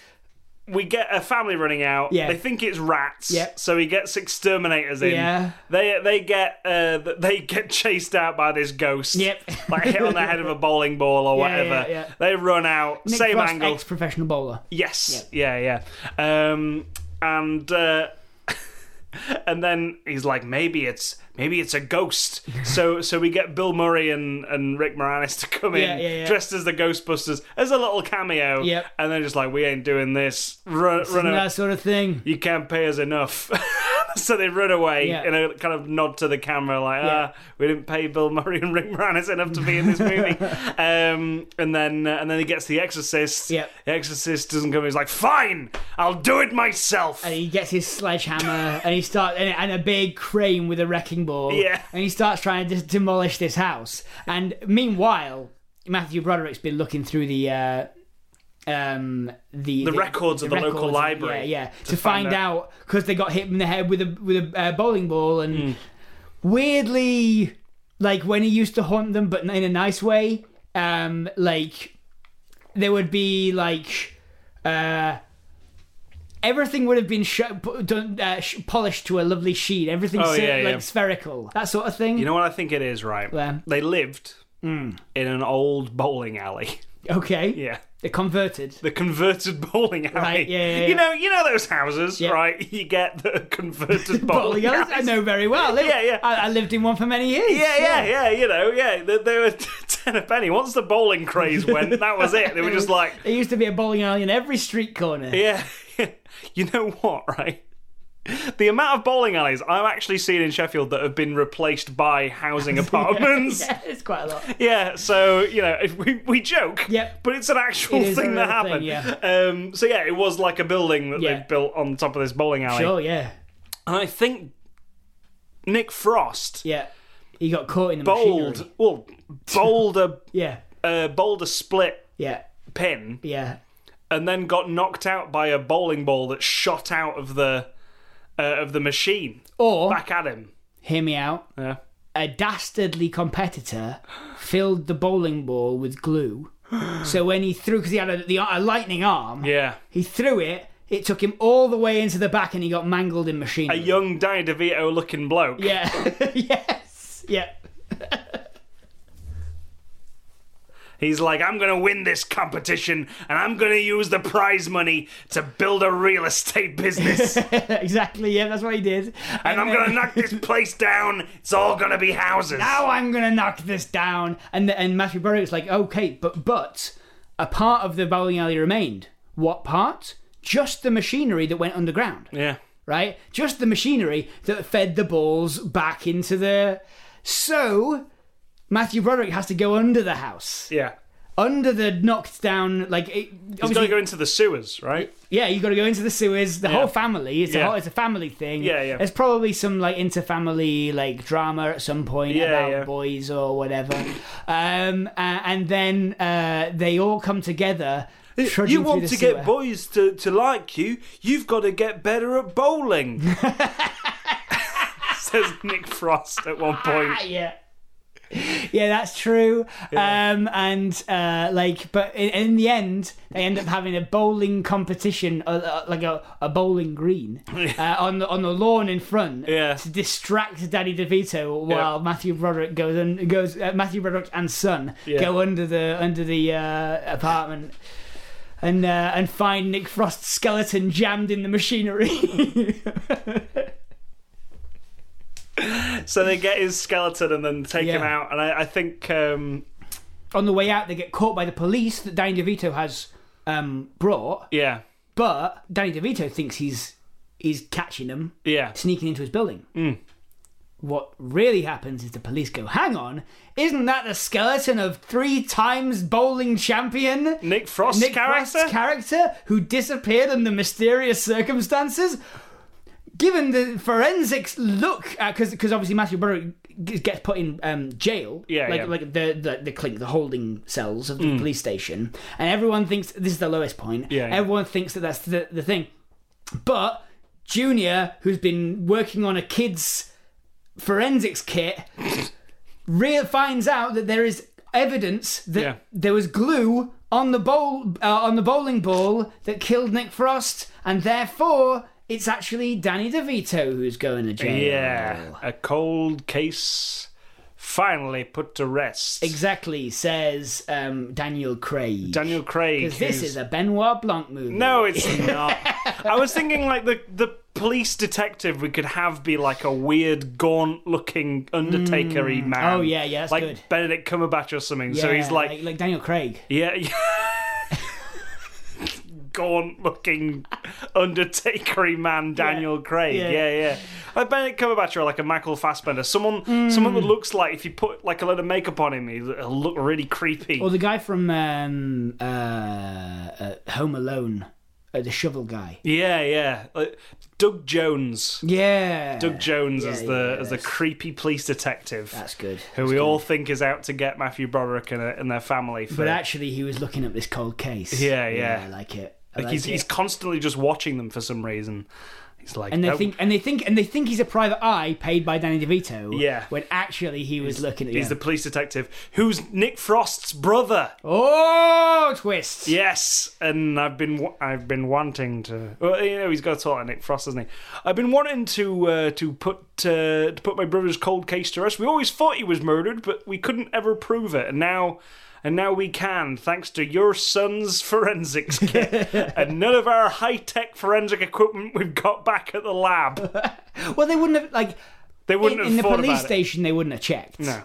Speaker 1: we get a family running out.
Speaker 2: Yeah.
Speaker 1: They think it's rats.
Speaker 2: Yeah.
Speaker 1: So he gets exterminators in.
Speaker 2: Yeah.
Speaker 1: They they get uh, th- they get chased out by this ghost.
Speaker 2: Yep.
Speaker 1: like hit on the head of a bowling ball or
Speaker 2: Yeah,
Speaker 1: whatever.
Speaker 2: yeah, yeah.
Speaker 1: They run out.
Speaker 2: Nick
Speaker 1: same
Speaker 2: Frost,
Speaker 1: angle.
Speaker 2: ex-professional bowler.
Speaker 1: Yes. Yeah, yeah. Um, and uh, and then he's like, maybe it's maybe it's a ghost. so so we get Bill Murray and, and Rick Moranis to come
Speaker 2: Yeah,
Speaker 1: in
Speaker 2: yeah, yeah.
Speaker 1: dressed as the Ghostbusters as a little cameo.
Speaker 2: Yep.
Speaker 1: And they're just like, we ain't doing this. Run, run
Speaker 2: And
Speaker 1: away.
Speaker 2: that sort of thing.
Speaker 1: You can't pay us enough. so they run away
Speaker 2: Yeah.
Speaker 1: in a kind of nod to the camera, like,
Speaker 2: Yeah.
Speaker 1: ah, we didn't pay Bill Murray and Rick Moranis enough to be in this movie. um, and then uh, and then he gets The Exorcist.
Speaker 2: Yep.
Speaker 1: The Exorcist doesn't come. He's like, fine, I'll do it myself.
Speaker 2: And he gets his sledgehammer and he starts and, and a big crane with a wrecking ball.
Speaker 1: Yeah.
Speaker 2: And he starts trying to dis- demolish this house. And meanwhile, Matthew Broderick's been looking through the uh, um, the, the
Speaker 1: records of the local
Speaker 2: records,
Speaker 1: library
Speaker 2: Yeah, yeah, to,
Speaker 1: find
Speaker 2: find, out because they got hit in the head with a with a uh, bowling ball and
Speaker 1: Hmm.
Speaker 2: weirdly, like when he used to haunt them, but in a nice way. Um, like there would be like uh everything would have been sh- p- done, uh, sh- polished to a lovely sheen everything
Speaker 1: Oh,
Speaker 2: se-
Speaker 1: yeah, yeah.
Speaker 2: like spherical that sort of thing
Speaker 1: you know what I think it is, right?
Speaker 2: Where?
Speaker 1: They lived in an old bowling alley.
Speaker 2: Okay.
Speaker 1: Yeah.
Speaker 2: They're converted.
Speaker 1: The converted bowling alley.
Speaker 2: Right, yeah, yeah, yeah.
Speaker 1: You know, you know those houses,
Speaker 2: Yeah. right?
Speaker 1: right? You get the converted
Speaker 2: Bowling
Speaker 1: bowling
Speaker 2: alleys, I
Speaker 1: alleys.
Speaker 2: know very well. They-
Speaker 1: Yeah, yeah.
Speaker 2: I, I lived in one for many years.
Speaker 1: Yeah, yeah, yeah. You know, yeah. They, they were ten a penny. Once the bowling craze went, that was it. They were just like,
Speaker 2: There used to be a bowling alley in every street corner.
Speaker 1: yeah. you know what, right? The amount of bowling alleys I've actually seen in Sheffield that have been replaced by housing apartments. yeah.
Speaker 2: Yeah, it's quite a lot.
Speaker 1: so you know, if we, we joke,
Speaker 2: Yep.
Speaker 1: but it's an actual
Speaker 2: It is a
Speaker 1: thing that
Speaker 2: real thing,
Speaker 1: happened. Um, so yeah, it was like a building that
Speaker 2: Yeah.
Speaker 1: they've built on top of this bowling alley.
Speaker 2: Sure, Oh, yeah.
Speaker 1: And I think Nick Frost
Speaker 2: Yeah. He got caught in the machinery.
Speaker 1: bowled, well, bowled a
Speaker 2: Yeah.
Speaker 1: uh, bowled a split
Speaker 2: Yeah.
Speaker 1: pin,
Speaker 2: Yeah.
Speaker 1: and then got knocked out by a bowling ball that shot out of the uh, of the machine
Speaker 2: Or,
Speaker 1: back at him.
Speaker 2: hear me out,
Speaker 1: Yeah.
Speaker 2: a dastardly competitor filled the bowling ball with glue. So when he threw, because he had a, the, a lightning arm,
Speaker 1: Yeah.
Speaker 2: he threw it. It took him all the way into the back, and he got mangled in
Speaker 1: A
Speaker 2: machinery.
Speaker 1: young Danny DeVito looking bloke.
Speaker 2: yeah. yes. Yeah.
Speaker 1: He's like, I'm going to win this competition and I'm going to use the prize money to build a real estate business. and
Speaker 2: exactly. Yeah. That's what he did.
Speaker 1: I'm going to knock this place down. It's all going to be houses.
Speaker 2: now I'm gonna knock this down. And and Matthew Broderick's like, okay, but but a part of the bowling alley remained. What part? Just the machinery that went underground,
Speaker 1: Yeah.
Speaker 2: right? Just the machinery that fed the balls back into the. So Matthew Broderick has to go under the house,
Speaker 1: Yeah.
Speaker 2: under the knocked down. Like, it,
Speaker 1: He's got
Speaker 2: obviously,
Speaker 1: to go into the sewers, right?
Speaker 2: yeah, you got to go into the sewers. The whole family. It's a
Speaker 1: Yeah.
Speaker 2: whole, it's a family thing.
Speaker 1: Yeah, yeah.
Speaker 2: There's probably some like inter-family like drama at some point
Speaker 1: Yeah,
Speaker 2: about
Speaker 1: yeah.
Speaker 2: boys or whatever. um, uh, and then uh, they all come together. trudging
Speaker 1: You
Speaker 2: through
Speaker 1: want
Speaker 2: the
Speaker 1: to
Speaker 2: sewer.
Speaker 1: get boys to, to like you, you've got to get better at bowling. Says Nick Frost at one
Speaker 2: Ah,
Speaker 1: point.
Speaker 2: yeah. Yeah, that's true. Um, and uh, like, but in, in the end, they end up having a bowling competition, uh, uh, like a, a bowling green uh, on the on the lawn in front,
Speaker 1: Yeah.
Speaker 2: to distract Danny DeVito while Matthew Broderick goes and goes. Uh, Matthew Broderick and son
Speaker 1: Yeah.
Speaker 2: go under the under the uh, apartment. And uh, and find Nick Frost's skeleton jammed in the machinery.
Speaker 1: So they get his skeleton and then take him
Speaker 2: Yeah.
Speaker 1: out. And I, I think, um,
Speaker 2: on the way out, they get caught by the police that Danny DeVito has um, brought.
Speaker 1: yeah,
Speaker 2: But Danny DeVito thinks he's he's catching them
Speaker 1: yeah,
Speaker 2: sneaking into his building. What really happens is the police go, "Hang on, isn't that the skeleton of three times bowling champion
Speaker 1: Nick Frost's
Speaker 2: Nick
Speaker 1: character.
Speaker 2: Frost's character who disappeared under mysterious circumstances?" Given the forensics look, because because obviously Matthew Broderick g- gets put in um, jail,
Speaker 1: Yeah,
Speaker 2: like
Speaker 1: yeah. Mm.
Speaker 2: like the the the clink, the holding cells of the police station, and everyone thinks this is the lowest point.
Speaker 1: Yeah, yeah.
Speaker 2: everyone thinks that that's the the thing, but Junior, who's been working on a kid's forensics kit, real finds out that there is evidence that
Speaker 1: Yeah.
Speaker 2: there was glue on the bowl uh, on the bowling ball that killed Nick Frost, and therefore it's actually Danny DeVito who's going to jail.
Speaker 1: yeah, a cold case finally put to rest.
Speaker 2: exactly. Says um, Daniel Craig.
Speaker 1: Daniel Craig.
Speaker 2: this
Speaker 1: who's-
Speaker 2: is a Benoit Blanc movie.
Speaker 1: No, it's not. I was thinking like the the police detective we could have be like a weird gaunt looking undertakery man.
Speaker 2: Oh, yeah, yeah, that's
Speaker 1: like
Speaker 2: good.
Speaker 1: Benedict Cumberbatch or something.
Speaker 2: Yeah,
Speaker 1: so he's like,
Speaker 2: like Daniel Craig.
Speaker 1: yeah, yeah. gaunt looking undertakery man Daniel Craig.
Speaker 2: yeah.
Speaker 1: Yeah, yeah. Like Benedict Cumberbatch or like a Michael Fassbender. Someone
Speaker 2: Mm.
Speaker 1: someone that looks like if you put like a load of makeup on him, he'll look really creepy.
Speaker 2: Or the guy from um, uh, uh, Home Alone, uh, the shovel guy.
Speaker 1: yeah, yeah. Like, Doug Jones.
Speaker 2: Yeah.
Speaker 1: Doug Jones
Speaker 2: Yeah,
Speaker 1: as the
Speaker 2: yeah,
Speaker 1: as the creepy police detective
Speaker 2: That's good.
Speaker 1: who we all think is out to get Matthew Broderick and, uh, and their family for
Speaker 2: But actually, he was looking up this cold case.
Speaker 1: Yeah, yeah.
Speaker 2: I like it. I
Speaker 1: like
Speaker 2: like
Speaker 1: he's
Speaker 2: it.
Speaker 1: he's constantly just watching them for some reason. It's like,
Speaker 2: And they
Speaker 1: oh,
Speaker 2: think and they think and they think he's a private eye paid by Danny DeVito.
Speaker 1: Yeah.
Speaker 2: When actually he was looking at
Speaker 1: he's
Speaker 2: yeah.
Speaker 1: the police detective who's Nick Frost's brother.
Speaker 2: Oh twist.
Speaker 1: Yes, and I've been wa- I've been wanting to. Well, you know, he's got a talk like Nick Frost, hasn't he? I've been wanting to uh, to put uh, to put my brother's cold case to rest. We always thought he was murdered, but we couldn't ever prove it, and now. And now we can, thanks to your son's forensics kit and none of our high tech forensic equipment we've got back at the lab.
Speaker 2: Well they wouldn't have like
Speaker 1: They wouldn't
Speaker 2: in,
Speaker 1: have
Speaker 2: in the
Speaker 1: thought
Speaker 2: police
Speaker 1: about it.
Speaker 2: station they wouldn't have checked.
Speaker 1: No.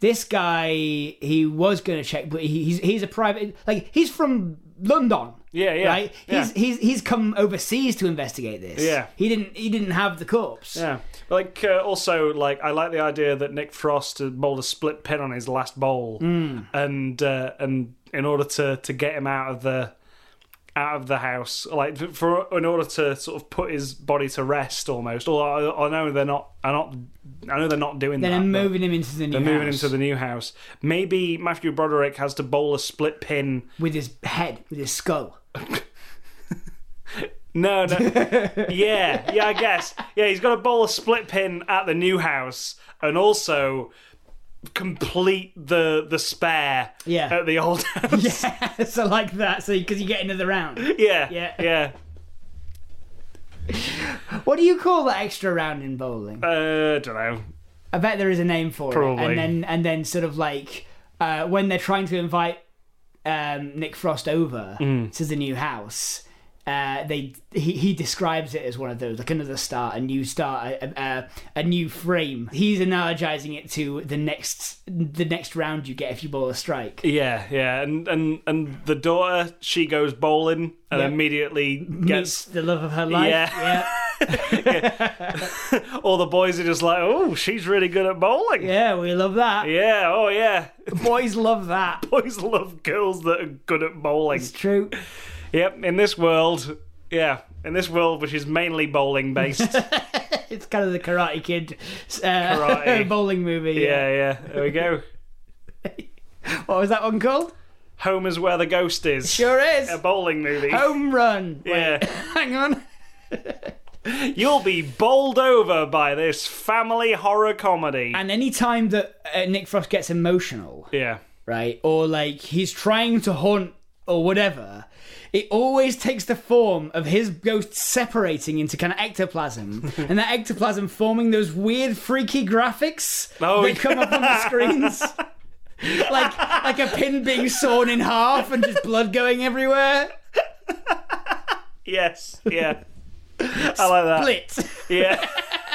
Speaker 2: This guy he was gonna check, but he, he's he's a private like he's from London.
Speaker 1: Yeah, yeah,
Speaker 2: Right?
Speaker 1: yeah.
Speaker 2: He's he's he's come overseas to investigate this.
Speaker 1: Yeah.
Speaker 2: He didn't he didn't have the corpse.
Speaker 1: Yeah, but like uh, also like I like the idea that Nick Frost had bowled a split pin on his last bowl,
Speaker 2: Hmm.
Speaker 1: and uh, and in order to to get him out of the out of the house, like for in order to sort of put his body to rest almost. Although I, I know they're not, I not, I know they're not doing
Speaker 2: Then
Speaker 1: that.
Speaker 2: I'm
Speaker 1: but-
Speaker 2: moving him into the new
Speaker 1: they're moving
Speaker 2: house
Speaker 1: into the new house. Maybe Matthew Broderick has to bowl a split pin.
Speaker 2: with his head, with his skull.
Speaker 1: No, no. yeah, yeah, I guess. Yeah, he's got to bowl a split pin at the new house and also complete the the spare
Speaker 2: Yeah.
Speaker 1: at the old house.
Speaker 2: Yeah, so like that, so because you get another round.
Speaker 1: Yeah.
Speaker 2: Yeah.
Speaker 1: Yeah.
Speaker 2: What do you call that extra round in bowling?
Speaker 1: Uh, don't know.
Speaker 2: I bet there is a name for it.
Speaker 1: Probably.
Speaker 2: And then and then sort of like uh, when they're trying to invite um, Nick Frost over
Speaker 1: Mm.
Speaker 2: to the new house. Uh, they he, he describes it as one of those like another start a new start a, a, a new frame he's analogizing it to the next the next round you get if you bowl a strike
Speaker 1: Yeah, yeah, and and and the daughter, she goes bowling and
Speaker 2: Yeah.
Speaker 1: immediately
Speaker 2: Meets
Speaker 1: gets
Speaker 2: the love of her life
Speaker 1: Yeah.
Speaker 2: yeah
Speaker 1: all the boys are just like, oh, she's really good at bowling.
Speaker 2: Yeah, we love that.
Speaker 1: Yeah, oh yeah,
Speaker 2: Boys love that.
Speaker 1: boys love girls that are good at bowling.
Speaker 2: It's true.
Speaker 1: Yep, in this world, yeah, in this world which is mainly bowling based.
Speaker 2: It's kind of the Karate Kid uh,
Speaker 1: Karate.
Speaker 2: bowling movie.
Speaker 1: Yeah, yeah. There we go.
Speaker 2: What was that one called?
Speaker 1: Home is where the ghost is.
Speaker 2: Sure is.
Speaker 1: A bowling movie.
Speaker 2: Home run. Wait,
Speaker 1: Yeah.
Speaker 2: hang on.
Speaker 1: You'll be bowled over by this family horror comedy.
Speaker 2: And any time that uh, Nick Frost gets emotional,
Speaker 1: yeah.
Speaker 2: right, or like he's trying to haunt or whatever, it always takes the form of his ghost separating into kind of ectoplasm, and that ectoplasm forming those weird, freaky graphics
Speaker 1: Oh,
Speaker 2: that come up on the screens. like like a pin being sawn in half and just blood going everywhere.
Speaker 1: Yes. Yeah. I like that.
Speaker 2: Split!
Speaker 1: Yeah.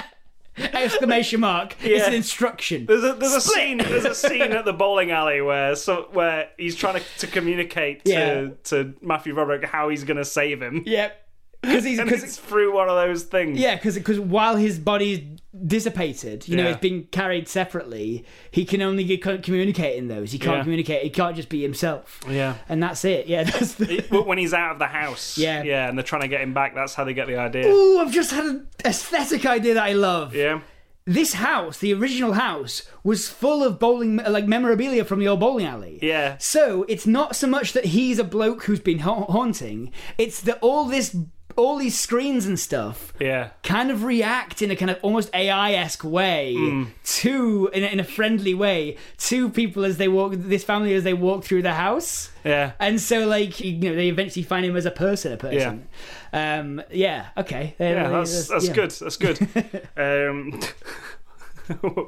Speaker 2: Exclamation mark. It's
Speaker 1: Yeah.
Speaker 2: an instruction.
Speaker 1: There's a there's a scene there's a scene at the bowling alley where so where he's trying to, to communicate to
Speaker 2: Yeah.
Speaker 1: to Matthew Roderick how he's gonna save him.
Speaker 2: Yep. Because he's
Speaker 1: And
Speaker 2: because
Speaker 1: it's through one of those things.
Speaker 2: Yeah, because while his body's dissipated, you know,
Speaker 1: Yeah.
Speaker 2: it's being carried separately. He can only get, communicate in those. He can't
Speaker 1: Yeah.
Speaker 2: communicate. He can't just be himself.
Speaker 1: Yeah.
Speaker 2: And that's it. Yeah, that's the.
Speaker 1: But when he's out of the house.
Speaker 2: Yeah.
Speaker 1: Yeah, and they're trying to get him back, that's how they get the idea.
Speaker 2: Ooh, I've just had an aesthetic idea that I love.
Speaker 1: Yeah.
Speaker 2: This house, the original house, was full of bowling like memorabilia from the old bowling alley.
Speaker 1: Yeah.
Speaker 2: So it's not so much that he's a bloke who's been ha- haunting. It's that all this, all these screens and stuff
Speaker 1: Yeah.
Speaker 2: kind of react in a kind of almost AI-esque way
Speaker 1: Hmm.
Speaker 2: to in a, in a friendly way to people as they walk this family as they walk through the house.
Speaker 1: Yeah.
Speaker 2: And so, like you know, they eventually find him as a person, a person. Yeah. Um, yeah. Okay.
Speaker 1: Yeah, that's that's
Speaker 2: yeah.
Speaker 1: good. That's good. um,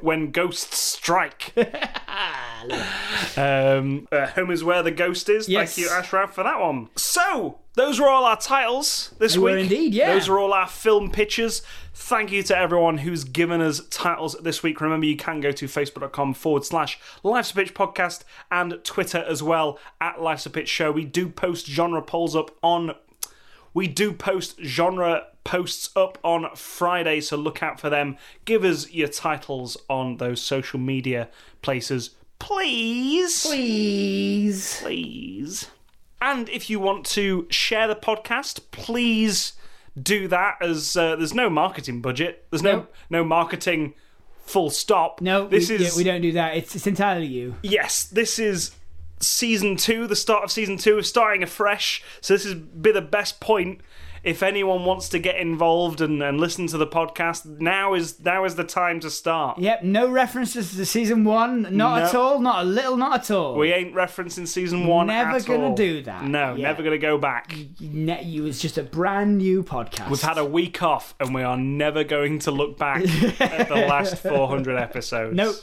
Speaker 1: when ghosts strike. um, uh, Home is where the ghost is.
Speaker 2: Yes.
Speaker 1: Thank you, Ashraf, for that one. So those were all our titles this
Speaker 2: They
Speaker 1: week.
Speaker 2: were indeed, yeah.
Speaker 1: Those were all our film pitches. Thank you to everyone who's given us titles this week. Remember, you can go to facebook.com forward slash Life's a Pitch podcast and Twitter as well at Life's a Pitch show. We do post genre polls up on we do post genre posts up on Friday, so look out for them. Give us your titles on those social media places, please.
Speaker 2: Please.
Speaker 1: Please. And if you want to share the podcast, please do that as uh, there's no marketing budget. There's no
Speaker 2: Nope.
Speaker 1: no marketing full stop.
Speaker 2: No,
Speaker 1: this
Speaker 2: we,
Speaker 1: is
Speaker 2: yeah, we don't do that. It's, it's entirely you.
Speaker 1: yes, this is season two, the start of season two, starting afresh. So this is be the best point if anyone wants to get involved and, and listen to the podcast, now is now is the time to start.
Speaker 2: Yep, no references to season one, not at
Speaker 1: No.
Speaker 2: all, not a little, not at all.
Speaker 1: We ain't referencing season one.
Speaker 2: Never
Speaker 1: at
Speaker 2: gonna
Speaker 1: all.
Speaker 2: do that.
Speaker 1: No,
Speaker 2: Yeah.
Speaker 1: never gonna go back.
Speaker 2: Net you is just a brand new podcast.
Speaker 1: We've had a week off, and we are never going to look back at the last 400 episodes.
Speaker 2: Nope,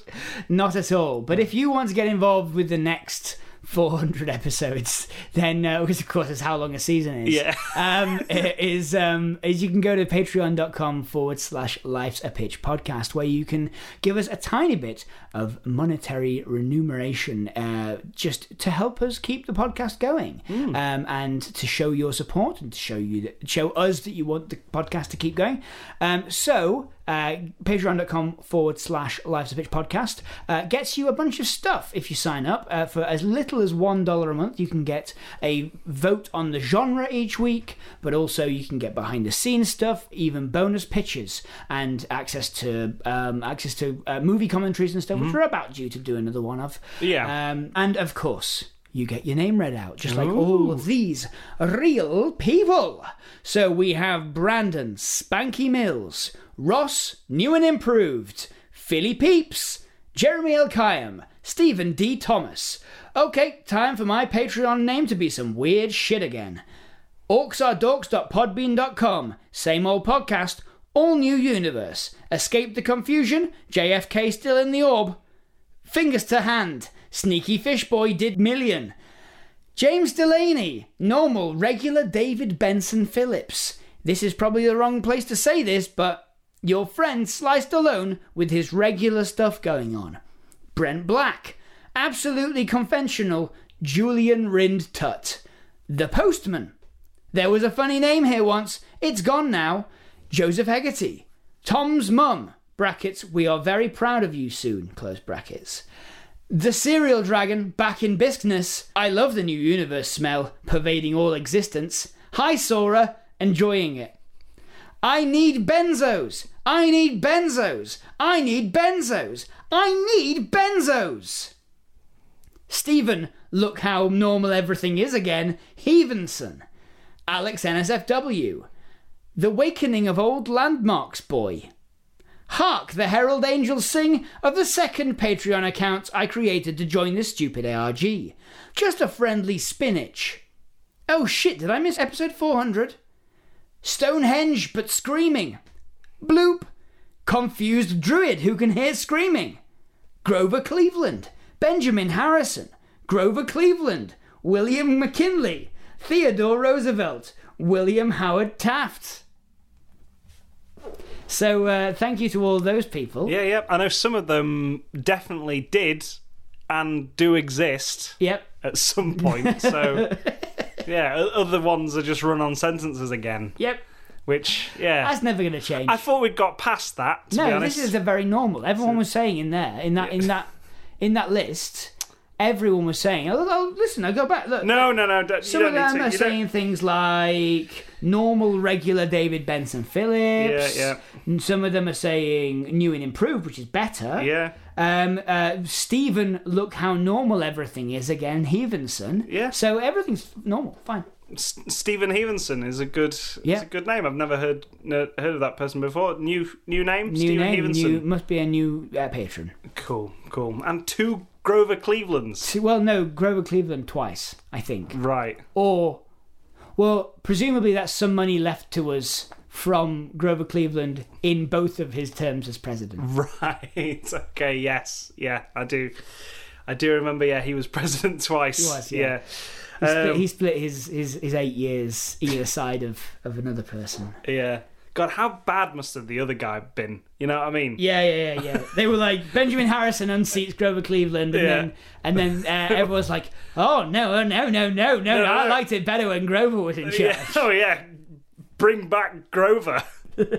Speaker 2: not at all. But if you want to get involved with the next 400 episodes, then uh, because of course it's how long a season is.
Speaker 1: Yeah.
Speaker 2: um, it is um, is you can go to patreon.com forward slash life's a pitch podcast where you can give us a tiny bit of monetary remuneration uh, just to help us keep the podcast going
Speaker 1: Hmm.
Speaker 2: um, and to show your support and to show you that, show us that you want the podcast to keep going um, so uh, patreon.com forward slash life's a pitch podcast uh, gets you a bunch of stuff if you sign up uh, for as little as one dollar a month you can get a vote on the genre each week but also you can get behind the scenes stuff even bonus pitches and access to um, access to uh, movie commentaries and stuff which we're about due to do another one of
Speaker 1: Yeah.
Speaker 2: um, and of course you get your name read out, just like all of these real people. So we have Brandon Spanky Mills, Ross New and Improved, Philly Peeps, Jeremy L. Kayam, Stephen D. Thomas. Okay, time for my Patreon name to be some weird shit again. Orcsardorks.podbean.com, same old podcast, all new universe. Escape the confusion, JFK still in the orb. Fingers to hand. Sneaky Fish Boy did million. James Delaney. Normal, regular David Benson Phillips. This is probably the wrong place to say this, but your friend sliced alone with his regular stuff going on. Brent Black. Absolutely conventional Julian Rind Tut. The Postman. There was a funny name here once. It's gone now. Joseph Hegarty. Tom's mum. Brackets. We are very proud of you soon. Close brackets. The cereal dragon back in business. I love the new universe smell pervading all existence. Hi Sora, enjoying it. I need benzos. I need benzos. I need benzos. I need benzos. Stephen, look how normal everything is again. Hevenson. Alex NSFW. The Wakening of Old Landmarks Boy. Hark, the herald angels sing of the second Patreon account I created to join this stupid ARG. Just a friendly spinach. Oh shit, did I miss episode 400? Stonehenge, but screaming. Bloop. Confused druid who can hear screaming. Grover Cleveland, Benjamin Harrison, Grover Cleveland, William McKinley, Theodore Roosevelt, William Howard Taft. So uh, thank you to all those people.
Speaker 1: Yeah, yeah. I know some of them definitely did and do exist
Speaker 2: Yep.
Speaker 1: at some point. So, yeah, o- other ones are just run on sentences again,
Speaker 2: Yep.
Speaker 1: which, yeah.
Speaker 2: That's never going to change.
Speaker 1: I thought we'd got past that, to be
Speaker 2: no,
Speaker 1: honest.
Speaker 2: this is a very normal. Everyone was saying in there in that in that in that list, everyone was saying. Oh, oh, listen, I go back. Look,
Speaker 1: No, no, no. don't-
Speaker 2: Some
Speaker 1: you
Speaker 2: of
Speaker 1: don't
Speaker 2: them are
Speaker 1: need to. you don't-
Speaker 2: saying things like normal, regular David Benson Phillips.
Speaker 1: Yeah, yeah.
Speaker 2: And some of them are saying new and improved, which is better.
Speaker 1: Yeah.
Speaker 2: Um, uh, Stephen, look how normal everything is again, Hevenson.
Speaker 1: Yeah.
Speaker 2: So everything's normal, fine.
Speaker 1: S- Stephen Hevenson is a good,
Speaker 2: Yeah.
Speaker 1: is a good name. I've never heard no, heard of that person before. New new name,
Speaker 2: New
Speaker 1: Stephen
Speaker 2: name,
Speaker 1: Hevenson.
Speaker 2: new must be a new uh, patron.
Speaker 1: Cool, cool. And two Grover Clevelands.
Speaker 2: See, Well, no, Grover Cleveland twice, I think.
Speaker 1: Right.
Speaker 2: Or, well, presumably that's some money left to us from Grover Cleveland in both of his terms as president.
Speaker 1: Right. Okay. Yes. Yeah. I do. I do remember. Yeah, he was president twice. Um,
Speaker 2: was, yeah. He split, he split his, his, his eight years either side of, of another person.
Speaker 1: yeah. yeah. God, how bad must have the other guy been? You know what I mean?
Speaker 2: Yeah, yeah, yeah, yeah. They were like Benjamin Harrison unseats Grover Cleveland, and
Speaker 1: Yeah.
Speaker 2: then and then uh, everyone's like, "Oh no, oh no, no, no, no, no! I
Speaker 1: no.
Speaker 2: liked it better when Grover was in charge."
Speaker 1: Yeah. Oh yeah. Bring back Grover.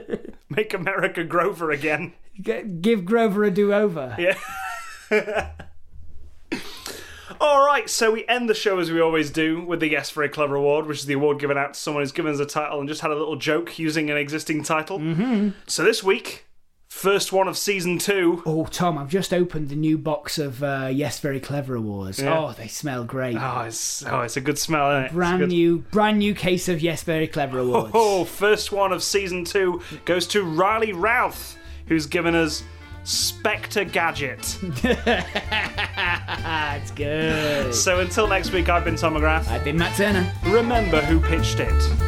Speaker 1: Make America Grover again.
Speaker 2: G- give Grover a do-over.
Speaker 1: All right, so we end the show as we always do with the Yes for a Clever Award, which is the award given out to someone who's given us a title and just had a little joke using an existing title. Mm-hmm. So this week, First one of season two.
Speaker 2: Oh, Tom, I've just opened the new box of uh, Yes Very Clever awards.
Speaker 1: Yeah.
Speaker 2: Oh, they smell great.
Speaker 1: Oh, it's oh, it's a good smell, isn't it? It's a
Speaker 2: brand
Speaker 1: good-
Speaker 2: new, brand new case of Yes Very Clever awards.
Speaker 1: Oh, first one of season two goes to Riley Routh, who's given us Spectre Gadget.
Speaker 2: That's good.
Speaker 1: so until next week, I've been Tom McGrath.
Speaker 2: I've been Matt Turner.
Speaker 1: Remember who pitched it.